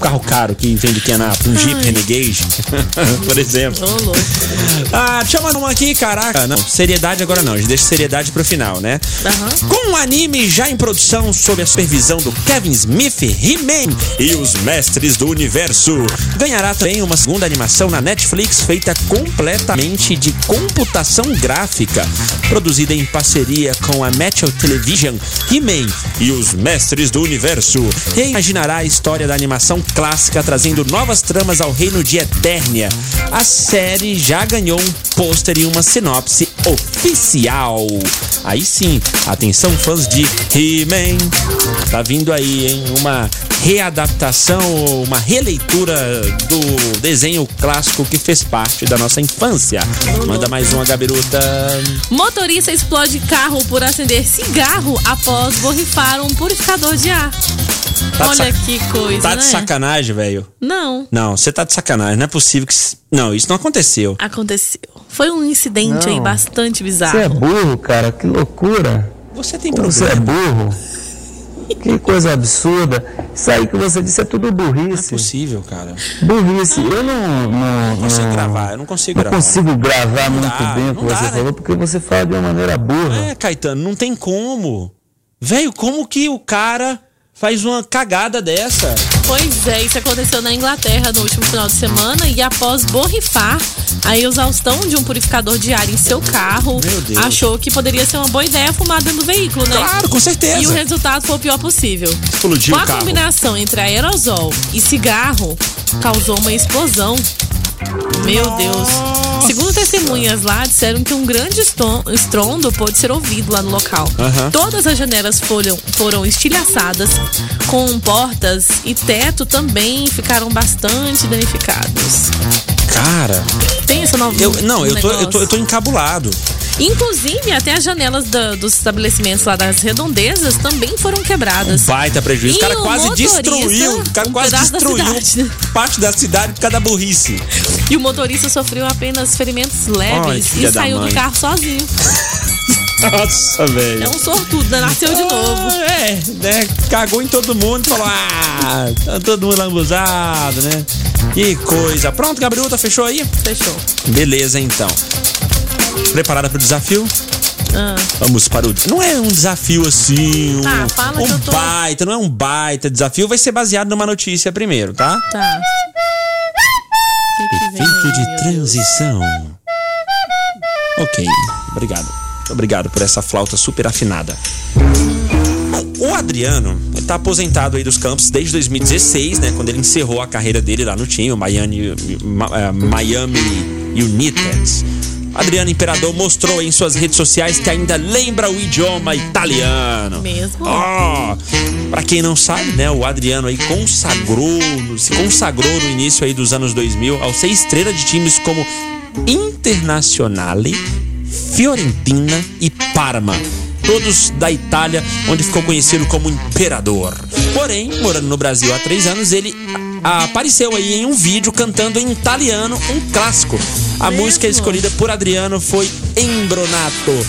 [SPEAKER 4] carro caro que vende aqui na um Jeep
[SPEAKER 5] Ai.
[SPEAKER 4] Renegade, *laughs* por exemplo. Ah, deixa eu mandar uma aqui, caraca. Ah, Não, seriedade agora não, a gente deixa seriedade pro final, né? Com um anime já em produção sob a supervisão do Kevin Smith, He-Man e os Mestres do Universo, ganhará também uma segunda animação na Netflix feita completamente de computação gráfica, produzida em parceria com a Metal Television, He-Man e os Mestres do Universo. Reimaginará a história da animação clássica, trazendo novas tramas ao reino de Eternia. A série já ganhou um pôster e uma sinopse oficial. Aí sim, atenção fãs de He-Man. Tá vindo aí, hein? Uma readaptação, uma releitura do desenho clássico que fez parte da nossa infância. Manda mais uma, Gabiruta.
[SPEAKER 5] Motorista explode carro por acender cigarro após borrifar um purificador de ar.
[SPEAKER 4] Tá de
[SPEAKER 5] Olha
[SPEAKER 4] sac-
[SPEAKER 5] que coisa,
[SPEAKER 4] Tá
[SPEAKER 5] né?
[SPEAKER 4] de sacanagem, velho.
[SPEAKER 5] Não,
[SPEAKER 4] Não, você tá de sacanagem. Não é possível que. s- Não, isso não aconteceu.
[SPEAKER 5] aconteceu. Foi um incidente
[SPEAKER 4] Não.
[SPEAKER 5] aí bastante bizarro.
[SPEAKER 6] Você é burro, cara, que loucura.
[SPEAKER 4] Você tem
[SPEAKER 6] Como Você é
[SPEAKER 4] problema.
[SPEAKER 6] burro. Que coisa absurda. Isso aí que você disse é tudo burrice. Não é
[SPEAKER 4] é possível, cara.
[SPEAKER 6] Burrice. Eu não. não,
[SPEAKER 4] consigo
[SPEAKER 6] não-
[SPEAKER 4] gravar, eu Ah. não consigo gravar.
[SPEAKER 6] consigo gravar
[SPEAKER 4] Não
[SPEAKER 6] muito
[SPEAKER 4] dá,
[SPEAKER 6] bem o que
[SPEAKER 4] não dá,
[SPEAKER 6] você
[SPEAKER 4] né?
[SPEAKER 6] falou, porque você fala de uma maneira burra.
[SPEAKER 4] É, Caetano, não tem como. Velho, como que o cara faz uma cagada dessa?
[SPEAKER 5] Pois é, isso aconteceu na Inglaterra no último final de semana e após borrifar a exaustão de um purificador de ar em seu carro,
[SPEAKER 4] Deus.
[SPEAKER 5] achou que poderia ser uma boa ideia fumar dentro do veículo, né?
[SPEAKER 4] Claro, com certeza.
[SPEAKER 5] E o resultado foi o pior possível.
[SPEAKER 4] Explodiu
[SPEAKER 5] com
[SPEAKER 4] o carro.
[SPEAKER 5] a combinação entre aerosol e cigarro, causou uma explosão. Meu Deus. Segundo testemunhas lá, disseram que um grande eston- estrondo pôde ser ouvido lá no local.
[SPEAKER 9] Aham.
[SPEAKER 5] Todas as janelas foram, foram estilhaçadas, com portas e teto também ficaram bastante danificados.
[SPEAKER 4] Cara.
[SPEAKER 5] Pensa no
[SPEAKER 4] Eu, não, eu tô,
[SPEAKER 5] um negócio.
[SPEAKER 4] eu, tô, eu tô encabulado.
[SPEAKER 5] Inclusive, até as janelas da- dos estabelecimentos lá das redondezas também foram quebradas.
[SPEAKER 4] Baita prejuízo. O
[SPEAKER 5] E
[SPEAKER 4] cara
[SPEAKER 5] o
[SPEAKER 4] quase
[SPEAKER 5] motorista,
[SPEAKER 4] destruiu. O cara
[SPEAKER 5] um
[SPEAKER 4] quase
[SPEAKER 5] pedaço da
[SPEAKER 4] destruiu
[SPEAKER 5] cidade.
[SPEAKER 4] parte da cidade por causa da burrice.
[SPEAKER 5] E o motorista sofreu apenas ferimentos
[SPEAKER 4] Ai,
[SPEAKER 5] leves
[SPEAKER 4] filha
[SPEAKER 5] e
[SPEAKER 4] da
[SPEAKER 5] saiu
[SPEAKER 4] mãe.
[SPEAKER 5] do carro sozinho.
[SPEAKER 4] Nossa, velho.
[SPEAKER 5] É um sortudo, né? Nasceu de novo.
[SPEAKER 4] É, né? Cagou em todo mundo e falou: ah, tá todo mundo lambuzado, né? Que coisa. Pronto, Gabrielta, fechou aí?
[SPEAKER 5] Fechou.
[SPEAKER 4] Beleza, então. Preparada pro desafio?
[SPEAKER 5] Ah.
[SPEAKER 4] Vamos para o. Não é um desafio assim. Um,
[SPEAKER 5] Tá, fala
[SPEAKER 4] um
[SPEAKER 5] que eu tô-
[SPEAKER 4] baita, não é um baita desafio. Vai ser baseado numa notícia primeiro, tá?
[SPEAKER 5] Tá.
[SPEAKER 4] Efeito de transição. Ok, obrigado. Muito Obrigado por essa flauta super afinada. Bom, o Adriano, ele tá aposentado aí dos campos desde 2016, né? Quando ele encerrou a carreira dele lá no time, o Miami, Ma- eh, Miami United. Adriano Imperador mostrou em suas redes sociais que ainda lembra o idioma italiano.
[SPEAKER 5] Mesmo?
[SPEAKER 4] Ó, pra quem não sabe, né, o Adriano aí consagrou, se consagrou no início aí dos anos 2000 ao ser estrela de times como Internazionale, Fiorentina e Parma. Todos da Itália, onde ficou conhecido como Imperador. Porém, morando no Brasil há três anos, ele a- apareceu aí em um vídeo cantando em italiano um clássico. A música escolhida por Adriano foi Embronato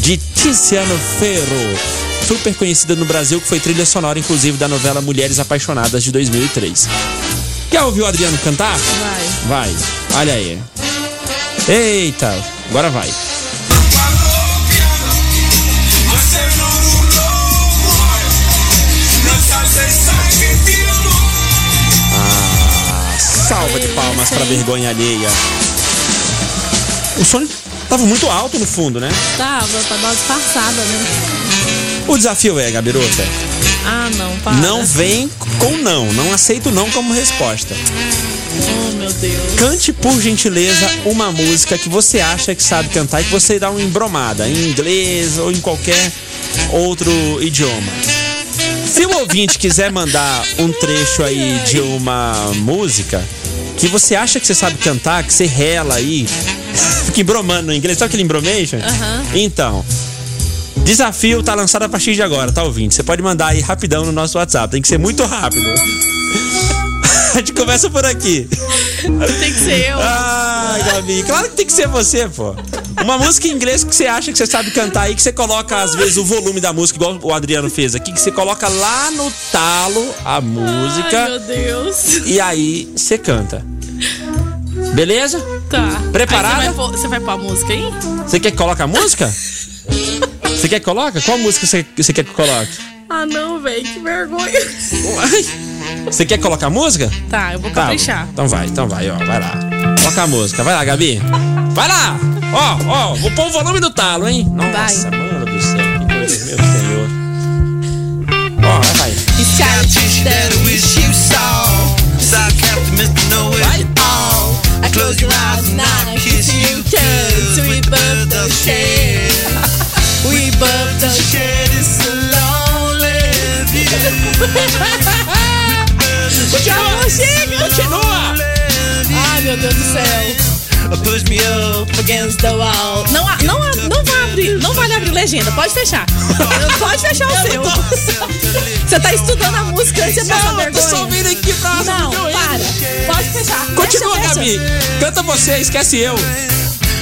[SPEAKER 4] de Tiziano Ferro, super conhecida no Brasil, que foi trilha sonora, inclusive, da novela Mulheres Apaixonadas de 2003. Quer ouvir o Adriano cantar? Vai. Vai, olha aí. Eita, agora vai. Ah, salva de palmas pra vergonha alheia. O som tava muito alto no fundo, né?
[SPEAKER 5] Tava, pra dar uma disfarçada, né?
[SPEAKER 4] O desafio é, Gabiruta,
[SPEAKER 5] Ah, não, para.
[SPEAKER 4] não vem com não. Não aceito não como resposta.
[SPEAKER 5] Oh, meu Deus.
[SPEAKER 4] Cante, por gentileza, uma música que você acha que sabe cantar e que você dá uma embromada em inglês ou em qualquer outro idioma. Se o ouvinte quiser mandar um trecho aí de uma música que você acha que você sabe cantar, que você rela aí, *laughs* fica embromando no inglês, sabe aquele embromation?
[SPEAKER 5] Aham.
[SPEAKER 4] Então, desafio tá lançado a partir de agora, tá ouvindo? Você pode mandar aí rapidão no nosso WhatsApp, tem que ser muito rápido. *laughs* A gente começa por aqui.
[SPEAKER 5] Tem que ser eu.
[SPEAKER 4] Ah, Gabi, claro que tem que ser você, pô. Uma música em inglês que você acha que você sabe cantar aí, que você coloca, às vezes, o volume da música, igual o Adriano fez aqui, que você coloca lá no talo a música.
[SPEAKER 5] meu Deus.
[SPEAKER 4] E aí você canta. Beleza?
[SPEAKER 5] Tá.
[SPEAKER 4] Preparada?
[SPEAKER 5] Aí Você vai, pôr- você vai pôr a música aí?
[SPEAKER 4] Você quer que coloque a música? Você quer que coloque? Qual música você você quer que coloque?
[SPEAKER 5] Ah, não, velho, que vergonha.
[SPEAKER 4] Você quer colocar a música?
[SPEAKER 5] Tá, eu vou
[SPEAKER 4] Tá,
[SPEAKER 5] caprichar.
[SPEAKER 4] então vai, então vai, ó, vai lá. Toca a música, vai lá, Gabi. Vai lá! Ó, ó, vou pôr o volume do talo, hein? Nossa, mano do céu, que coisa, meu senhor. Ó, vai, vai.
[SPEAKER 1] Tá
[SPEAKER 19] that I wish you saw. So I kept missing know it all. I close your eyes and I kiss you cause we both don't share. We both don't share this lonely view. Continua, chega, continua. Ai, meu Deus do céu. Push me up against the wall.
[SPEAKER 5] Não, a- não, a- não vai abrir, não vale abrir legenda. Pode
[SPEAKER 19] *laughs*
[SPEAKER 5] fechar. Pode fechar o seu. Você tá estudando a música antes de passar
[SPEAKER 4] Não, eu tô
[SPEAKER 5] vergonha.
[SPEAKER 4] só vindo aqui pra-
[SPEAKER 5] Não, é para. Pode fechar.
[SPEAKER 4] Continua,
[SPEAKER 5] Fecha, fecha.
[SPEAKER 4] Gabi. Canta você, esquece eu.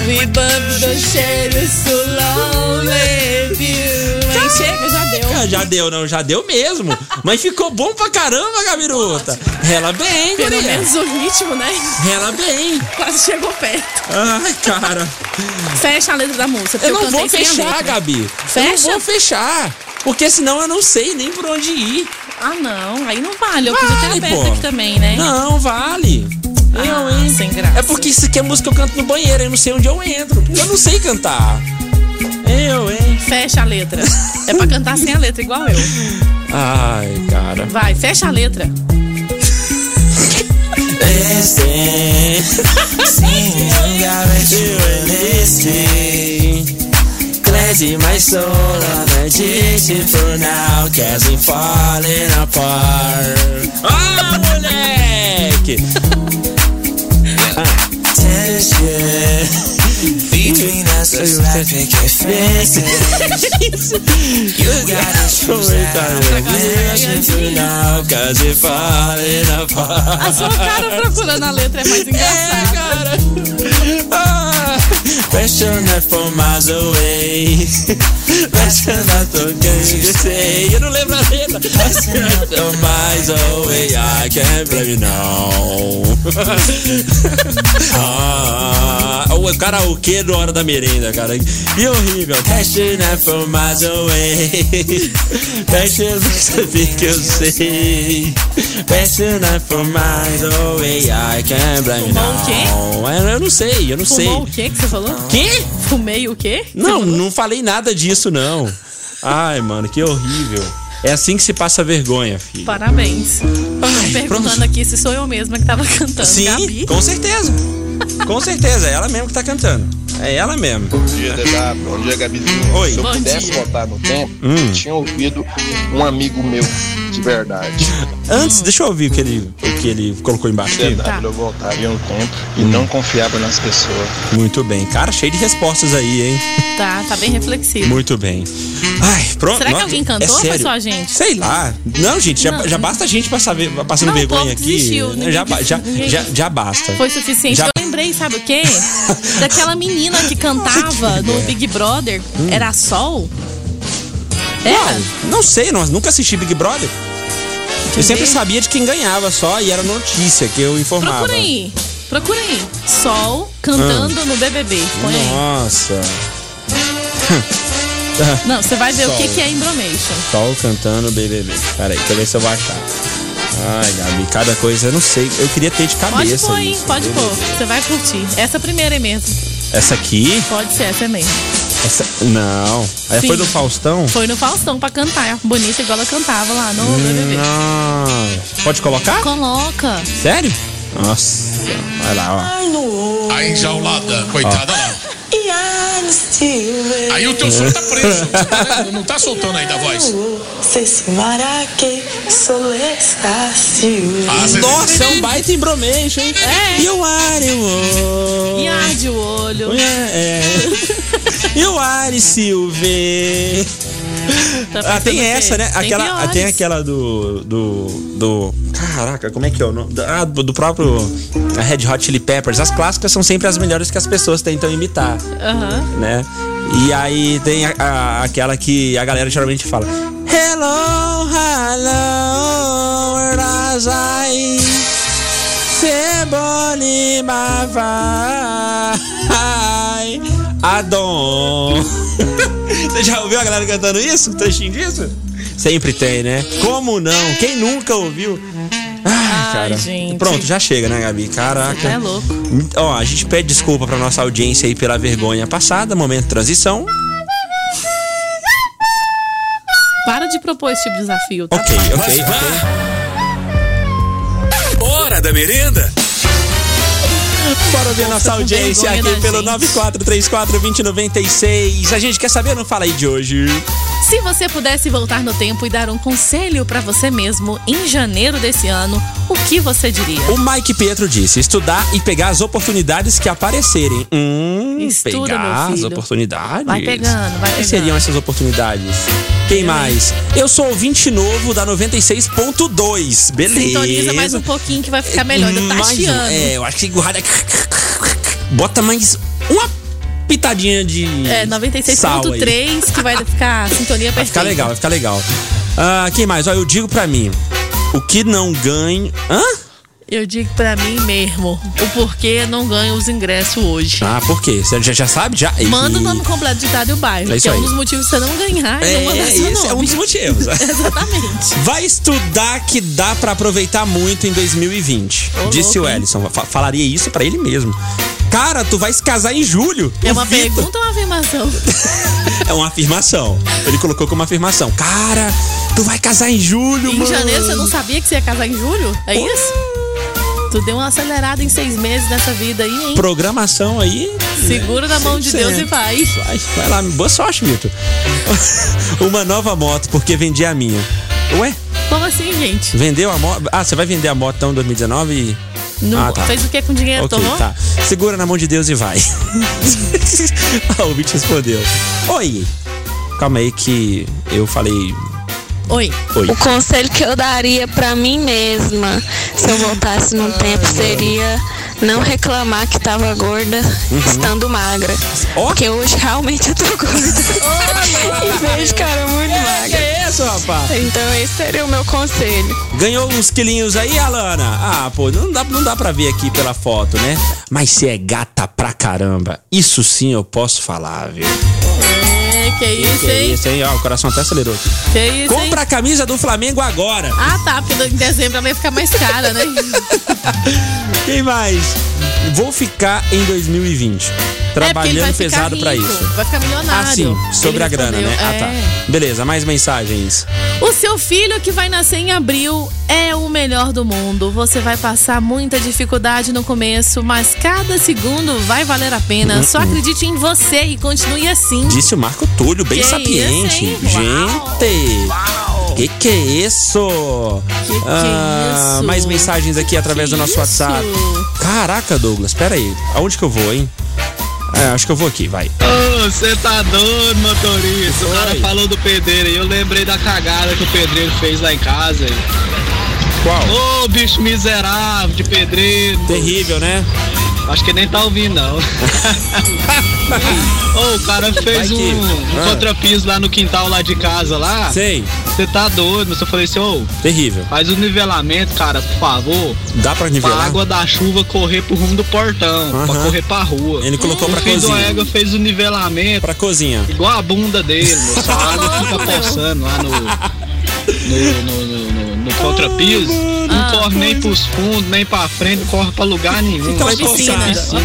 [SPEAKER 19] We both don't share this lonely view.
[SPEAKER 5] Aí chega, já deu.
[SPEAKER 4] Ah, já deu, não, já deu mesmo. Mas ficou bom pra caramba, Gabiruta. Ela bem,
[SPEAKER 5] Pelo
[SPEAKER 4] guria.
[SPEAKER 5] menos o ritmo, né? *laughs*
[SPEAKER 4] Ela bem.
[SPEAKER 5] Quase chegou perto.
[SPEAKER 4] Ai, cara.
[SPEAKER 5] Fecha a letra da música. porque
[SPEAKER 4] Eu não
[SPEAKER 5] cantei
[SPEAKER 4] vou
[SPEAKER 5] sem a
[SPEAKER 4] fechar,
[SPEAKER 5] letra.
[SPEAKER 4] Gabi. Eu não
[SPEAKER 5] Fecha?
[SPEAKER 4] vou fechar. Porque senão eu não sei nem por onde ir.
[SPEAKER 5] Ah, não. Aí não vale. Eu podia ter
[SPEAKER 4] Vale,
[SPEAKER 5] aberto
[SPEAKER 4] pô.
[SPEAKER 5] aqui também, né?
[SPEAKER 4] Não, vale.
[SPEAKER 5] Eu, hein? Sem graça.
[SPEAKER 4] É porque isso aqui é música que eu canto no banheiro, eu não sei onde eu entro. porque Eu não sei cantar. Eu, hein?
[SPEAKER 5] Fecha a letra. É pra cantar sem a letra, igual eu.
[SPEAKER 4] Ai, cara.
[SPEAKER 5] Vai, fecha a letra.
[SPEAKER 19] Cleansing my soul on addiction for now Cause I'm falling apart
[SPEAKER 4] Ah, moleque!
[SPEAKER 19] Tension Between us is like picket fences You gotta choose out addiction for now Cause I'm falling
[SPEAKER 5] A sua
[SPEAKER 19] apart
[SPEAKER 5] cara procurando a letra é
[SPEAKER 4] *laughs*
[SPEAKER 5] mais engraçada.
[SPEAKER 19] Ah, Question that for miles away. *laughs* Question that for you say. Eu não lembro a letra. Question that for miles away. I can't blame you now.
[SPEAKER 4] Ah, o karaokê do Hora da Merenda, cara. Que horrível. né,
[SPEAKER 19] Question that for miles
[SPEAKER 4] um
[SPEAKER 19] away. Question that saber que eu sei. Question
[SPEAKER 4] né,
[SPEAKER 19] that for miles
[SPEAKER 4] um
[SPEAKER 19] away. I can't blame you
[SPEAKER 5] Fumou o quê?
[SPEAKER 19] now.
[SPEAKER 4] É, Eu eu não sei, eu não sei.
[SPEAKER 5] Fumou o quê que você falou?
[SPEAKER 4] Quê?
[SPEAKER 5] Fumei o quê?
[SPEAKER 4] Não, não falei nada disso, não. Ai, mano, que horrível. É assim que se passa vergonha, filho.
[SPEAKER 5] Parabéns. Perguntando aqui se sou eu mesma que tava *laughs* cantando.
[SPEAKER 4] Sim,
[SPEAKER 5] Gabi?
[SPEAKER 4] com certeza. Com certeza, é ela mesmo que tá cantando. É ela mesmo. Bom
[SPEAKER 13] dia, DW.
[SPEAKER 18] Hum.
[SPEAKER 13] Bom dia, Gabizinho.
[SPEAKER 4] Oi.
[SPEAKER 13] Se eu
[SPEAKER 4] Bom
[SPEAKER 13] pudesse
[SPEAKER 4] dia.
[SPEAKER 13] voltar no tempo,
[SPEAKER 4] Hum.
[SPEAKER 13] eu tinha ouvido um amigo meu *laughs* de verdade.
[SPEAKER 4] Antes, deixa eu ouvir o que ele, o que ele colocou embaixo aqui.
[SPEAKER 13] DW,
[SPEAKER 5] Tá,
[SPEAKER 13] eu voltaria no tempo e não confiava nas pessoas.
[SPEAKER 4] Muito bem. Cara, cheio de respostas aí, hein?
[SPEAKER 5] Tá, tá bem reflexivo.
[SPEAKER 4] Muito bem. Ai, pronto.
[SPEAKER 5] Será que
[SPEAKER 4] nossa,
[SPEAKER 5] alguém cantou
[SPEAKER 4] é
[SPEAKER 5] ou foi
[SPEAKER 4] sério.
[SPEAKER 5] só a gente?
[SPEAKER 4] Sei lá. Não, gente, já,
[SPEAKER 5] Não. né?
[SPEAKER 4] já basta a gente passar, ver- passando
[SPEAKER 5] Não, o
[SPEAKER 4] vergonha
[SPEAKER 5] povo
[SPEAKER 4] aqui.
[SPEAKER 5] desistiu, ninguém
[SPEAKER 4] já, ba- já,
[SPEAKER 5] desistiu, ninguém
[SPEAKER 4] já,
[SPEAKER 5] desistiu.
[SPEAKER 4] já basta.
[SPEAKER 5] Foi suficiente.
[SPEAKER 4] Já-
[SPEAKER 5] Eu lembrei, sabe o
[SPEAKER 4] *laughs*
[SPEAKER 5] quê? Daquela menina que cantava no Big Brother.
[SPEAKER 4] Hum.
[SPEAKER 5] Era a Sol? É? Era?
[SPEAKER 4] Não sei, nós nunca assisti Big Brother. Eu sempre sabia de quem ganhava só e era notícia que eu informava.
[SPEAKER 5] Procura aí. Procura aí. Sol cantando
[SPEAKER 4] Ah.
[SPEAKER 5] no BBB. Põe aí.
[SPEAKER 4] Nossa.
[SPEAKER 5] Não, você vai ver o
[SPEAKER 4] Sol.
[SPEAKER 5] que, que é Embromation.
[SPEAKER 4] Sol cantando BBB. Pera aí, deixa eu ver se eu vou achar. Ai, Gabi, cada coisa eu não sei. Eu queria ter de
[SPEAKER 5] Pode
[SPEAKER 4] cabeça.
[SPEAKER 5] pôr, hein?
[SPEAKER 4] isso.
[SPEAKER 5] Pode pôr. Você vai curtir. Essa primeira é mesmo.
[SPEAKER 4] Essa aqui?
[SPEAKER 5] Pode ser essa é mesmo.
[SPEAKER 4] Essa... Não. Aí
[SPEAKER 5] Sim.
[SPEAKER 4] foi do Faustão?
[SPEAKER 5] Foi no Faustão pra cantar. Bonita igual ela cantava lá no
[SPEAKER 4] Hum,
[SPEAKER 5] BBB.
[SPEAKER 4] Não. Pode colocar?
[SPEAKER 5] Coloca.
[SPEAKER 4] Sério? Nossa. Vai lá,
[SPEAKER 9] A enjaulada, coitada lá. Aí o teu som tá preso. Você tá vendo? Não tá soltando ainda a voz.
[SPEAKER 4] ó. Nossa, é um baita embromeixo, hein?
[SPEAKER 5] É.
[SPEAKER 4] E o Ario?
[SPEAKER 5] E arde o olho.
[SPEAKER 4] É. E o Ari Silve?
[SPEAKER 5] tá
[SPEAKER 4] Ah, tem
[SPEAKER 5] pensando
[SPEAKER 4] essa,
[SPEAKER 5] que-
[SPEAKER 4] né?
[SPEAKER 5] tem
[SPEAKER 4] Aquela,
[SPEAKER 5] piores.
[SPEAKER 4] tem aquela do, do. do. Caraca, como é que é o nome? Da- Ah, do, do próprio Red Hot Chili Peppers. As clássicas são sempre as melhores que as pessoas tentam imitar,
[SPEAKER 19] Aham.
[SPEAKER 4] né? E aí tem a- a- aquela que a galera geralmente fala. Hello, hello, Razai. Cebolima vai. Adon. *laughs* Você já ouviu a galera cantando isso? Um trechinho disso? Sempre tem, né? Como não? Quem nunca ouviu? Ai, cara.
[SPEAKER 5] gente.
[SPEAKER 4] Pronto, já chega, né, Gabi? Caraca.
[SPEAKER 5] É louco.
[SPEAKER 4] Ó, a gente pede desculpa pra nossa audiência aí pela vergonha passada, momento de transição.
[SPEAKER 5] Para de propor esse tipo de desafio, tá?
[SPEAKER 4] Ok, ok.
[SPEAKER 2] Mas
[SPEAKER 4] ok.
[SPEAKER 2] Hora da merenda.
[SPEAKER 4] Bora ver
[SPEAKER 5] é
[SPEAKER 4] nossa audiência aqui
[SPEAKER 5] né,
[SPEAKER 4] pelo 94342096. A gente quer saber ou não fala aí de hoje?
[SPEAKER 5] Se você pudesse voltar no tempo e dar um conselho pra você mesmo em janeiro desse ano, o que você diria?
[SPEAKER 4] O Mike Pietro disse: estudar e pegar as oportunidades que aparecerem. Hum,
[SPEAKER 5] Estuda,
[SPEAKER 4] pegar
[SPEAKER 5] meu
[SPEAKER 4] as
[SPEAKER 5] filho.
[SPEAKER 4] oportunidades.
[SPEAKER 5] Vai pegando, vai
[SPEAKER 4] Quais seriam
[SPEAKER 5] pegando.
[SPEAKER 4] essas oportunidades? Quem mais? Eu sou ouvinte novo da 96.2. Beleza.
[SPEAKER 5] Sintoniza mais um pouquinho que vai ficar melhor. Ainda tá
[SPEAKER 4] É, Mais um.
[SPEAKER 5] chiando.
[SPEAKER 4] É, eu acho que o rádio bota mais uma pitadinha de.
[SPEAKER 5] É,
[SPEAKER 4] sal aí.
[SPEAKER 5] 96.3 que vai ficar a sintonia perfeita.
[SPEAKER 4] Vai ficar legal, vai ficar legal. Ah, quem mais? Ó, eu digo pra mim: o que não ganho. Hã?
[SPEAKER 5] Eu digo pra mim mesmo o porquê não ganho os ingressos hoje.
[SPEAKER 4] Ah, por quê? Você já, já sabe? Já?
[SPEAKER 5] Manda o
[SPEAKER 4] Ih.
[SPEAKER 5] nome completo de Itália e o bairro,
[SPEAKER 4] É isso
[SPEAKER 5] que é
[SPEAKER 4] aí.
[SPEAKER 5] um dos motivos pra você não ganhar e não mandar
[SPEAKER 4] É,
[SPEAKER 5] seu
[SPEAKER 4] esse
[SPEAKER 5] nome.
[SPEAKER 4] é um dos motivos.
[SPEAKER 5] *laughs* Exatamente.
[SPEAKER 4] Vai estudar que dá pra aproveitar muito em 2020,
[SPEAKER 5] Ô,
[SPEAKER 4] disse o
[SPEAKER 5] louco, hein?
[SPEAKER 4] Ellison. Fa- Falaria isso pra ele mesmo. Cara, tu vai se casar em julho.
[SPEAKER 5] É
[SPEAKER 4] O
[SPEAKER 5] uma
[SPEAKER 4] Vitor-
[SPEAKER 5] pergunta ou uma
[SPEAKER 4] *laughs*
[SPEAKER 5] afirmação?
[SPEAKER 4] É uma afirmação. Ele colocou como afirmação. Cara, tu vai casar em julho,
[SPEAKER 5] em
[SPEAKER 4] mano. Hum.
[SPEAKER 5] janeiro você não sabia que você ia casar em julho? É isso? Tu deu uma acelerada em seis meses nessa vida aí, hein?
[SPEAKER 4] Programação aí.
[SPEAKER 5] Segura na mão de Deus e vai.
[SPEAKER 4] Vai, vai lá, boa sorte, Vitor. *laughs* Uma nova moto, porque vendi a minha. Ué?
[SPEAKER 5] Como assim, gente?
[SPEAKER 4] Vendeu a moto? Ah, você vai vender a moto então em 2019 e.
[SPEAKER 5] Não
[SPEAKER 4] ah, tá.
[SPEAKER 5] fez o que com o dinheiro?
[SPEAKER 4] Ok,
[SPEAKER 5] Tomou?
[SPEAKER 4] tá. Segura na mão de Deus e vai. *laughs* ah, o bicho respondeu. Oi. Calma aí que eu falei.
[SPEAKER 5] Oi.
[SPEAKER 4] Oi.
[SPEAKER 8] O conselho que eu daria pra mim mesma, se eu voltasse no tempo, seria não reclamar que tava gorda
[SPEAKER 4] Uhum.
[SPEAKER 8] estando magra. Porque hoje realmente eu tô
[SPEAKER 4] *laughs*
[SPEAKER 8] gorda. e vejo cara muito magra. Que
[SPEAKER 4] é isso, rapaz?
[SPEAKER 8] Então esse seria o meu conselho.
[SPEAKER 4] Ganhou uns quilinhos aí, Alana? Ah, pô, não dá, não dá pra ver aqui pela foto, né? Mas você é gata pra caramba. Isso sim eu posso falar, viu?
[SPEAKER 5] É, que isso,
[SPEAKER 4] Que
[SPEAKER 5] hein?
[SPEAKER 4] isso, hein? Ó, o coração até acelerou aqui.
[SPEAKER 5] Que é isso, hein?
[SPEAKER 4] Compra a camisa do Flamengo agora.
[SPEAKER 5] Ah, tá, porque em dezembro ela ia ficar mais cara, né?
[SPEAKER 4] *laughs* Quem mais? Vou ficar em 2020.
[SPEAKER 5] É porque ele
[SPEAKER 4] Trabalhando
[SPEAKER 5] vai ficar
[SPEAKER 4] pesado pra
[SPEAKER 5] rico,
[SPEAKER 4] isso.
[SPEAKER 5] Vai ficar milionário.
[SPEAKER 4] Ah, sim. Sobre
[SPEAKER 5] Ele
[SPEAKER 4] a grana, né?
[SPEAKER 5] respondeu,
[SPEAKER 4] Ah,
[SPEAKER 5] é.
[SPEAKER 4] tá. Beleza, mais mensagens.
[SPEAKER 5] O seu filho que vai nascer em abril é o melhor do mundo. Você vai passar muita dificuldade no começo, mas cada segundo vai valer a pena.
[SPEAKER 4] Uhum.
[SPEAKER 5] Só acredite em você e continue assim.
[SPEAKER 4] Disse o Marco Túlio, bem
[SPEAKER 5] Que
[SPEAKER 4] sapiente.
[SPEAKER 5] isso, hein? Uau.
[SPEAKER 4] Gente! Que que é isso? Que que
[SPEAKER 5] isso?
[SPEAKER 4] Ah, Mais mensagens aqui através do nosso WhatsApp. Caraca, Douglas, pera aí. Aonde que eu vou, hein? É, acho que eu vou aqui, vai.
[SPEAKER 14] Ô, Você tá doido, motorista? O cara falou do pedreiro e eu lembrei da cagada que o pedreiro fez lá em casa. hein? Ô, bicho miserável de pedreiro.
[SPEAKER 4] Terrível, né?
[SPEAKER 14] Acho que nem tá
[SPEAKER 4] *laughs*
[SPEAKER 14] ouvindo, não. Ô, o cara fez um, um
[SPEAKER 4] Ah.
[SPEAKER 14] contrapiso lá no quintal lá de casa lá.
[SPEAKER 4] Sei.
[SPEAKER 14] Você tá doido, mas eu falei assim, ô.
[SPEAKER 4] Terrível.
[SPEAKER 14] Faz o nivelamento, cara, por favor.
[SPEAKER 4] Dá pra nivelar?
[SPEAKER 14] Pra água da chuva correr pro rumo do portão, pra
[SPEAKER 4] Aham.
[SPEAKER 14] correr pra rua.
[SPEAKER 4] Ele colocou
[SPEAKER 14] o
[SPEAKER 4] pra
[SPEAKER 14] filho do
[SPEAKER 4] cozinha.
[SPEAKER 14] Égua fez o nivelamento.
[SPEAKER 4] Pra cozinha.
[SPEAKER 14] Igual a bunda dele, moço. A água fica poçando lá no. No, no, no, no, no contrapiso, não corre nem pros fundos, nem pra frente, não corre pra lugar nenhum.
[SPEAKER 4] Ah, é. Fica lá
[SPEAKER 14] Só
[SPEAKER 4] encostado.
[SPEAKER 14] uma
[SPEAKER 4] Uma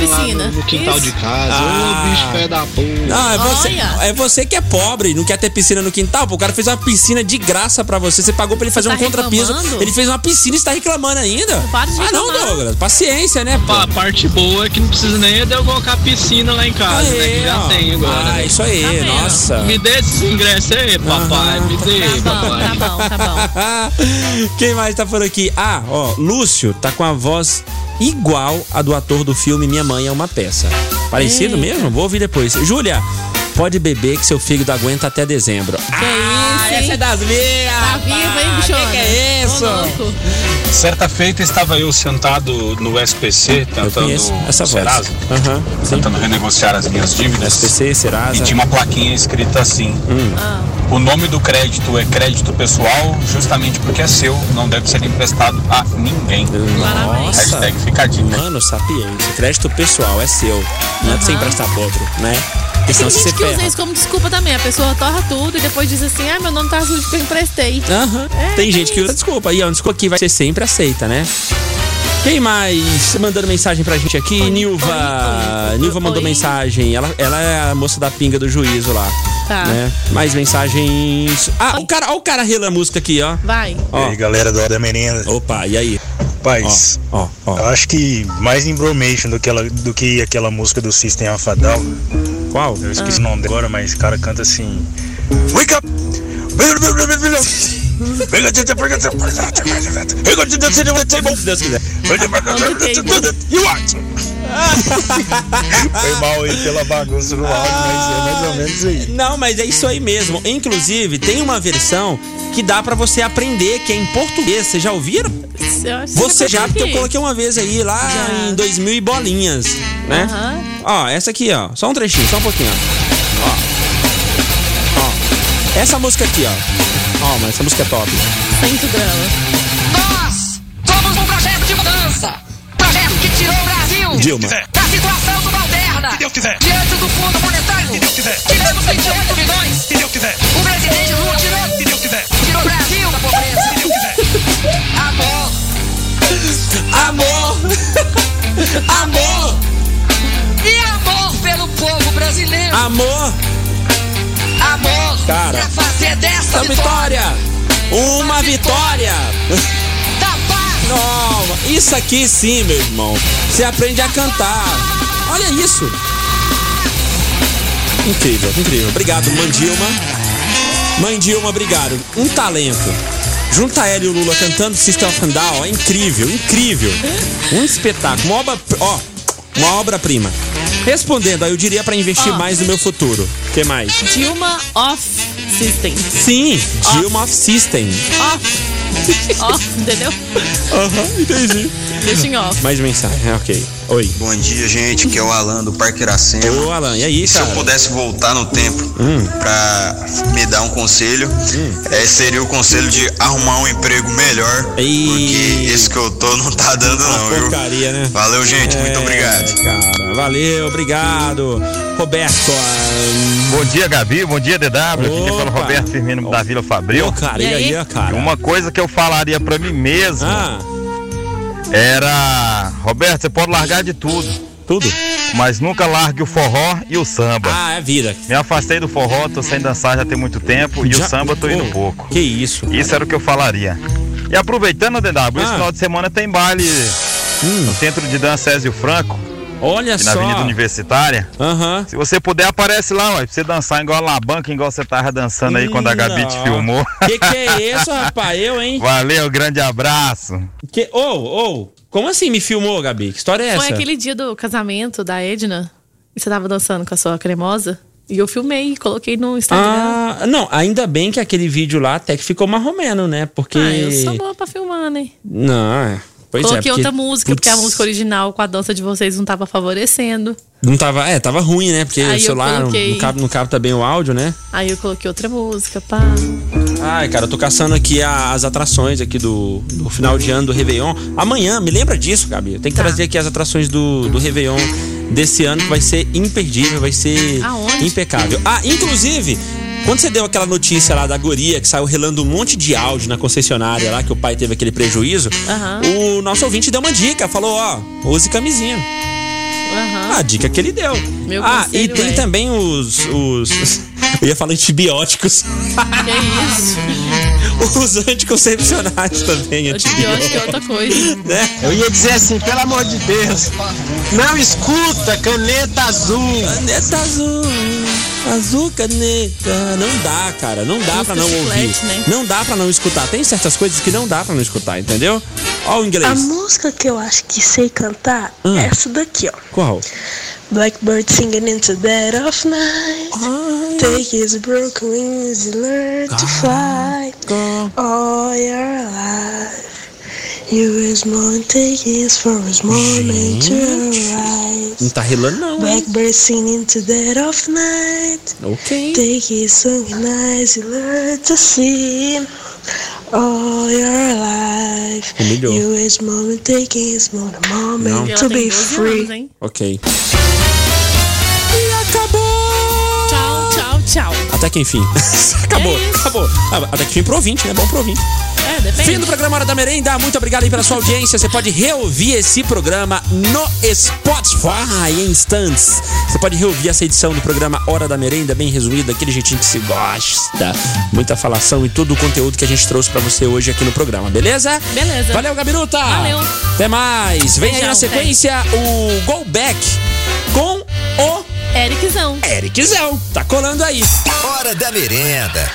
[SPEAKER 14] lá
[SPEAKER 4] piscina.
[SPEAKER 14] no, no quintal
[SPEAKER 4] Isso.
[SPEAKER 14] de casa.
[SPEAKER 4] Ah.
[SPEAKER 14] Ô, bicho, pé da porra.
[SPEAKER 4] Não, é você, é você que é pobre, não quer ter piscina no quintal. Pô, o cara fez uma piscina de graça pra você. Você pagou pra ele fazer
[SPEAKER 14] tá
[SPEAKER 4] um contrapiso.
[SPEAKER 14] reclamando?
[SPEAKER 4] Ele fez uma piscina e está reclamando ainda.
[SPEAKER 14] para de
[SPEAKER 4] ah, não,
[SPEAKER 14] reclamar.
[SPEAKER 4] Douglas. Paciência, né, pô?
[SPEAKER 14] A parte boa é que não precisa nem de eu colocar piscina lá em casa, né? Que já
[SPEAKER 4] ó.
[SPEAKER 14] tem agora. né?
[SPEAKER 4] Ah, isso aí, Tá vendo? nossa.
[SPEAKER 14] Me dê esses ingressos aí, papai. Me dê,
[SPEAKER 5] Tá
[SPEAKER 14] papai.
[SPEAKER 4] *laughs* Quem mais tá por aqui? Ah, ó, Lúcio tá com a voz igual a do ator do filme Minha Mãe é uma Peça. Parecido
[SPEAKER 14] Eita.
[SPEAKER 4] mesmo? Vou ouvir depois. Júlia, Pode beber que seu fígado aguenta até dezembro. Ah,
[SPEAKER 5] Que isso? Essa é das minhas! Tá viva, hein, bichona? Que, que é isso?
[SPEAKER 4] Então,
[SPEAKER 23] Certa feita estava eu sentado no SPC, tentando
[SPEAKER 4] conheço essa voz.
[SPEAKER 23] Serasa,
[SPEAKER 4] Aham,
[SPEAKER 23] tentando renegociar as minhas dívidas.
[SPEAKER 4] SPC, Serasa.
[SPEAKER 23] E tinha uma plaquinha escrita assim:
[SPEAKER 5] Ah.
[SPEAKER 23] O nome do crédito é crédito pessoal, justamente porque é seu, não deve ser emprestado a ninguém.
[SPEAKER 4] Nossa.
[SPEAKER 23] Hashtag fica a dica.
[SPEAKER 4] Mano, sapiência. Crédito pessoal é seu. Não é pra você
[SPEAKER 5] Aham.
[SPEAKER 4] emprestar pro outro, né? Porque
[SPEAKER 5] E tem
[SPEAKER 4] senão você
[SPEAKER 5] gente que usa
[SPEAKER 4] ferra.
[SPEAKER 5] isso como desculpa também. A pessoa torra tudo e depois diz assim: ai, meu nome tá sujo que eu emprestei.
[SPEAKER 4] Aham.
[SPEAKER 5] É,
[SPEAKER 4] tem gente que usa desculpa. E a desculpa aqui vai ser sempre aceita, né? Quem mais mandando mensagem pra gente aqui? Nilva. Nilva mandou mensagem. Ela, ela é a moça da pinga do juízo lá.
[SPEAKER 5] Tá.
[SPEAKER 4] né? Mais mensagens. Ah, o cara, ó, o cara rela a música aqui, ó.
[SPEAKER 5] Vai.
[SPEAKER 4] Ó.
[SPEAKER 15] E aí, galera da Hora da Merenda.
[SPEAKER 4] Opa, e aí?
[SPEAKER 15] Paz. Eu acho que mais embromation do que, ela, do que aquela música do System Afadal.
[SPEAKER 4] Qual?
[SPEAKER 15] Eu esqueci o nome dela agora, mas o cara canta assim. Wake up! *laughs* Foi mal aí pela bagunça no áudio, mas é mais ou menos isso aí.
[SPEAKER 4] Não, mas é isso aí mesmo. Inclusive, tem uma versão que dá pra você aprender, que é em português. Vocês já ouviram?
[SPEAKER 5] Eu acho que
[SPEAKER 4] Você já, porque eu
[SPEAKER 5] consegui.
[SPEAKER 4] coloquei uma vez aí, lá em 2000 e bolinhas, né?
[SPEAKER 5] Aham.
[SPEAKER 4] Ó, essa aqui, ó. Só um trechinho, só um pouquinho, ó. Ó. Ó. Essa música aqui, ó. Ó, mas essa música é top.
[SPEAKER 5] Sente o drama.
[SPEAKER 12] Nós somos um projeto de mudança. Projeto que tirou o Brasil
[SPEAKER 4] Dilma.
[SPEAKER 12] da situação subalterna. Diante do Fundo Monetário. Tiramos 28 milhões. O presidente Lula tirou. Tirou o Brasil da pobreza. Amor.
[SPEAKER 4] Amor.
[SPEAKER 12] Amor. E amor pelo povo brasileiro.
[SPEAKER 4] Amor.
[SPEAKER 12] Amor.
[SPEAKER 4] Cara.
[SPEAKER 12] Pra fazer dessa
[SPEAKER 4] Essa vitória! Uma vitória!
[SPEAKER 12] Da paz!
[SPEAKER 4] Não, isso aqui sim, meu irmão. Você aprende a cantar. Olha isso! Incrível, incrível. Obrigado, Mandilma. Mandilma, obrigado. Um talento. Junta ela e o Lula cantando System of a Down. É incrível, incrível. Um espetáculo. Uma obra, ó, uma obra-prima. Respondendo, aí eu diria pra investir
[SPEAKER 5] Ó.
[SPEAKER 4] mais no meu futuro. O que mais?
[SPEAKER 5] Dilma Off System.
[SPEAKER 4] Sim, Dilma Off System. *laughs*
[SPEAKER 5] Off. off, entendeu?
[SPEAKER 4] Aham, entendi.
[SPEAKER 5] Deixa em off.
[SPEAKER 4] Mais mensagem, ok. Oi.
[SPEAKER 18] Bom dia, gente, que é o Alan do Parque Iracema.
[SPEAKER 4] Ô, Alan, e aí,
[SPEAKER 18] Se
[SPEAKER 4] cara? Hum.
[SPEAKER 18] eu pudesse voltar no tempo pra me dar um conselho, eh, seria o conselho de arrumar um emprego melhor, porque esse que eu tô não tá dando não, viu?
[SPEAKER 4] Porcaria, né?
[SPEAKER 18] Valeu, gente, muito
[SPEAKER 4] É,
[SPEAKER 18] obrigado.
[SPEAKER 4] Cara, valeu, obrigado. Roberto. ah,
[SPEAKER 10] Bom dia, Gabi. Bom dia, DW. Aqui quem fala é o
[SPEAKER 4] Opa.
[SPEAKER 10] Roberto Firmino da Vila Fabril.
[SPEAKER 4] Ô, cara, e E aí? aí, cara? Ah,
[SPEAKER 10] Uma coisa que eu falaria pra mim mesmo era... Roberto, você pode largar de tudo.
[SPEAKER 4] Tudo?
[SPEAKER 10] Mas nunca largue o forró e o samba.
[SPEAKER 4] Ah, é vida.
[SPEAKER 10] Me afastei do forró, tô sem dançar já tem muito tempo. E
[SPEAKER 4] Já-
[SPEAKER 10] o samba tô indo
[SPEAKER 4] Ô,
[SPEAKER 10] pouco.
[SPEAKER 4] Que isso?
[SPEAKER 10] Isso era o que eu falaria. E aproveitando, DW, esse
[SPEAKER 4] Ah.
[SPEAKER 10] final de semana tem baile no Centro de Dança Césio Franco.
[SPEAKER 4] Olha
[SPEAKER 10] Na
[SPEAKER 4] só.
[SPEAKER 10] Avenida Universitária. Se você puder, aparece lá, ó, pra você dançar igual a banca, igual você tava dançando aí quando a Gabi te
[SPEAKER 4] Não.
[SPEAKER 10] filmou.
[SPEAKER 4] Que que é isso, rapaz? Eu, hein?
[SPEAKER 10] Valeu, grande abraço.
[SPEAKER 4] Que, ô, ô, como assim me filmou, Gabi? Que história é essa?
[SPEAKER 5] Foi aquele dia do casamento da Edna. E você tava dançando com a sua cremosa. E eu filmei e coloquei no Instagram.
[SPEAKER 4] Ah, não, ainda bem que aquele vídeo lá até que ficou marromeno, né? Porque.
[SPEAKER 5] Ah, eu sou boa pra filmar, né?
[SPEAKER 4] Não, é. pois é. porque-
[SPEAKER 5] Coloquei outra música, porque a
[SPEAKER 4] Putz,
[SPEAKER 5] música original com a dança de vocês não tava favorecendo.
[SPEAKER 4] Não tava. É, tava ruim, né? Porque
[SPEAKER 5] Aí
[SPEAKER 4] o
[SPEAKER 5] eu
[SPEAKER 4] celular não,
[SPEAKER 5] coloquei-
[SPEAKER 4] não, cabe, não cabe também o áudio, né?
[SPEAKER 5] Aí eu coloquei outra música, pá.
[SPEAKER 4] Ai, cara, eu tô caçando aqui a- as atrações aqui do, do final de ano do Réveillon. Amanhã, me lembra disso, Gabi. Eu tenho que
[SPEAKER 5] Tá.
[SPEAKER 4] trazer aqui as atrações do, do Réveillon desse ano, que vai ser imperdível, vai ser
[SPEAKER 5] Aonde?
[SPEAKER 4] impecável. Ah, inclusive, quando você deu aquela notícia lá da guria que saiu relando um monte de áudio na concessionária lá, que o pai teve aquele prejuízo,
[SPEAKER 5] Aham.
[SPEAKER 4] o nosso ouvinte deu uma dica, falou, ó, use camisinha.
[SPEAKER 5] Aham.
[SPEAKER 4] A dica que ele deu.
[SPEAKER 5] Meu
[SPEAKER 4] ah, e
[SPEAKER 5] conselho
[SPEAKER 4] tem
[SPEAKER 5] é-
[SPEAKER 4] também os, os. *laughs* Eu ia falar antibióticos. *laughs* Ah,
[SPEAKER 5] Que é isso?
[SPEAKER 4] Os anticoncepcionais também,
[SPEAKER 5] Antibiótico é outra coisa.
[SPEAKER 4] Eu ia dizer assim, pelo amor de Deus, não
[SPEAKER 24] escuta,
[SPEAKER 4] caneta azul. Caneta azul, azul caneta. Não dá, cara, não dá pra não ouvir.
[SPEAKER 25] chiclete, né?
[SPEAKER 4] Não dá pra não escutar. Tem certas coisas que não dá pra não escutar, entendeu? Ó o
[SPEAKER 25] A
[SPEAKER 4] inglês.
[SPEAKER 25] música que eu acho que sei cantar
[SPEAKER 4] Hum.
[SPEAKER 25] é essa daqui, ó.
[SPEAKER 4] Qual?
[SPEAKER 12] Blackbird singing into dead of night. Take his broken wings and learn to fly. All your life. You is more take his for his moment to rise.
[SPEAKER 4] Não tá relando, não. hein?
[SPEAKER 12] Blackbird singing to dead of night.
[SPEAKER 4] Ok.
[SPEAKER 12] Take his song and eyes and learn to see. All your life.
[SPEAKER 4] Humilhou.
[SPEAKER 12] You is moment taking his moment,
[SPEAKER 4] Não.
[SPEAKER 12] moment
[SPEAKER 4] Ela
[SPEAKER 12] to
[SPEAKER 4] tem
[SPEAKER 12] be
[SPEAKER 4] 12
[SPEAKER 12] free.
[SPEAKER 4] anos, Ok.
[SPEAKER 12] E
[SPEAKER 5] acabou! Tchau, tchau, tchau.
[SPEAKER 4] Até que enfim. *laughs* acabou, acabou. Ah, Até que enfim pro ouvinte, né? Bom pro ouvinte.
[SPEAKER 5] É, depende.
[SPEAKER 4] Fim do programa Hora da Merenda. Muito obrigado aí pela sua audiência. Você pode reouvir esse programa no Spotify Ah, em instantes. Você pode reouvir essa edição do programa Hora da Merenda, bem resumida, aquele jeitinho que se gosta. Muita falação e todo o conteúdo que a gente trouxe pra você hoje aqui no programa, beleza?
[SPEAKER 5] Beleza.
[SPEAKER 4] Valeu, Gabiruta.
[SPEAKER 5] Valeu.
[SPEAKER 4] Até mais. Vem aí
[SPEAKER 5] Beijão,
[SPEAKER 4] na sequência o Go Back com o
[SPEAKER 5] Ericzão.
[SPEAKER 4] Ericzão. Tá colando aí.
[SPEAKER 1] Hora da merenda.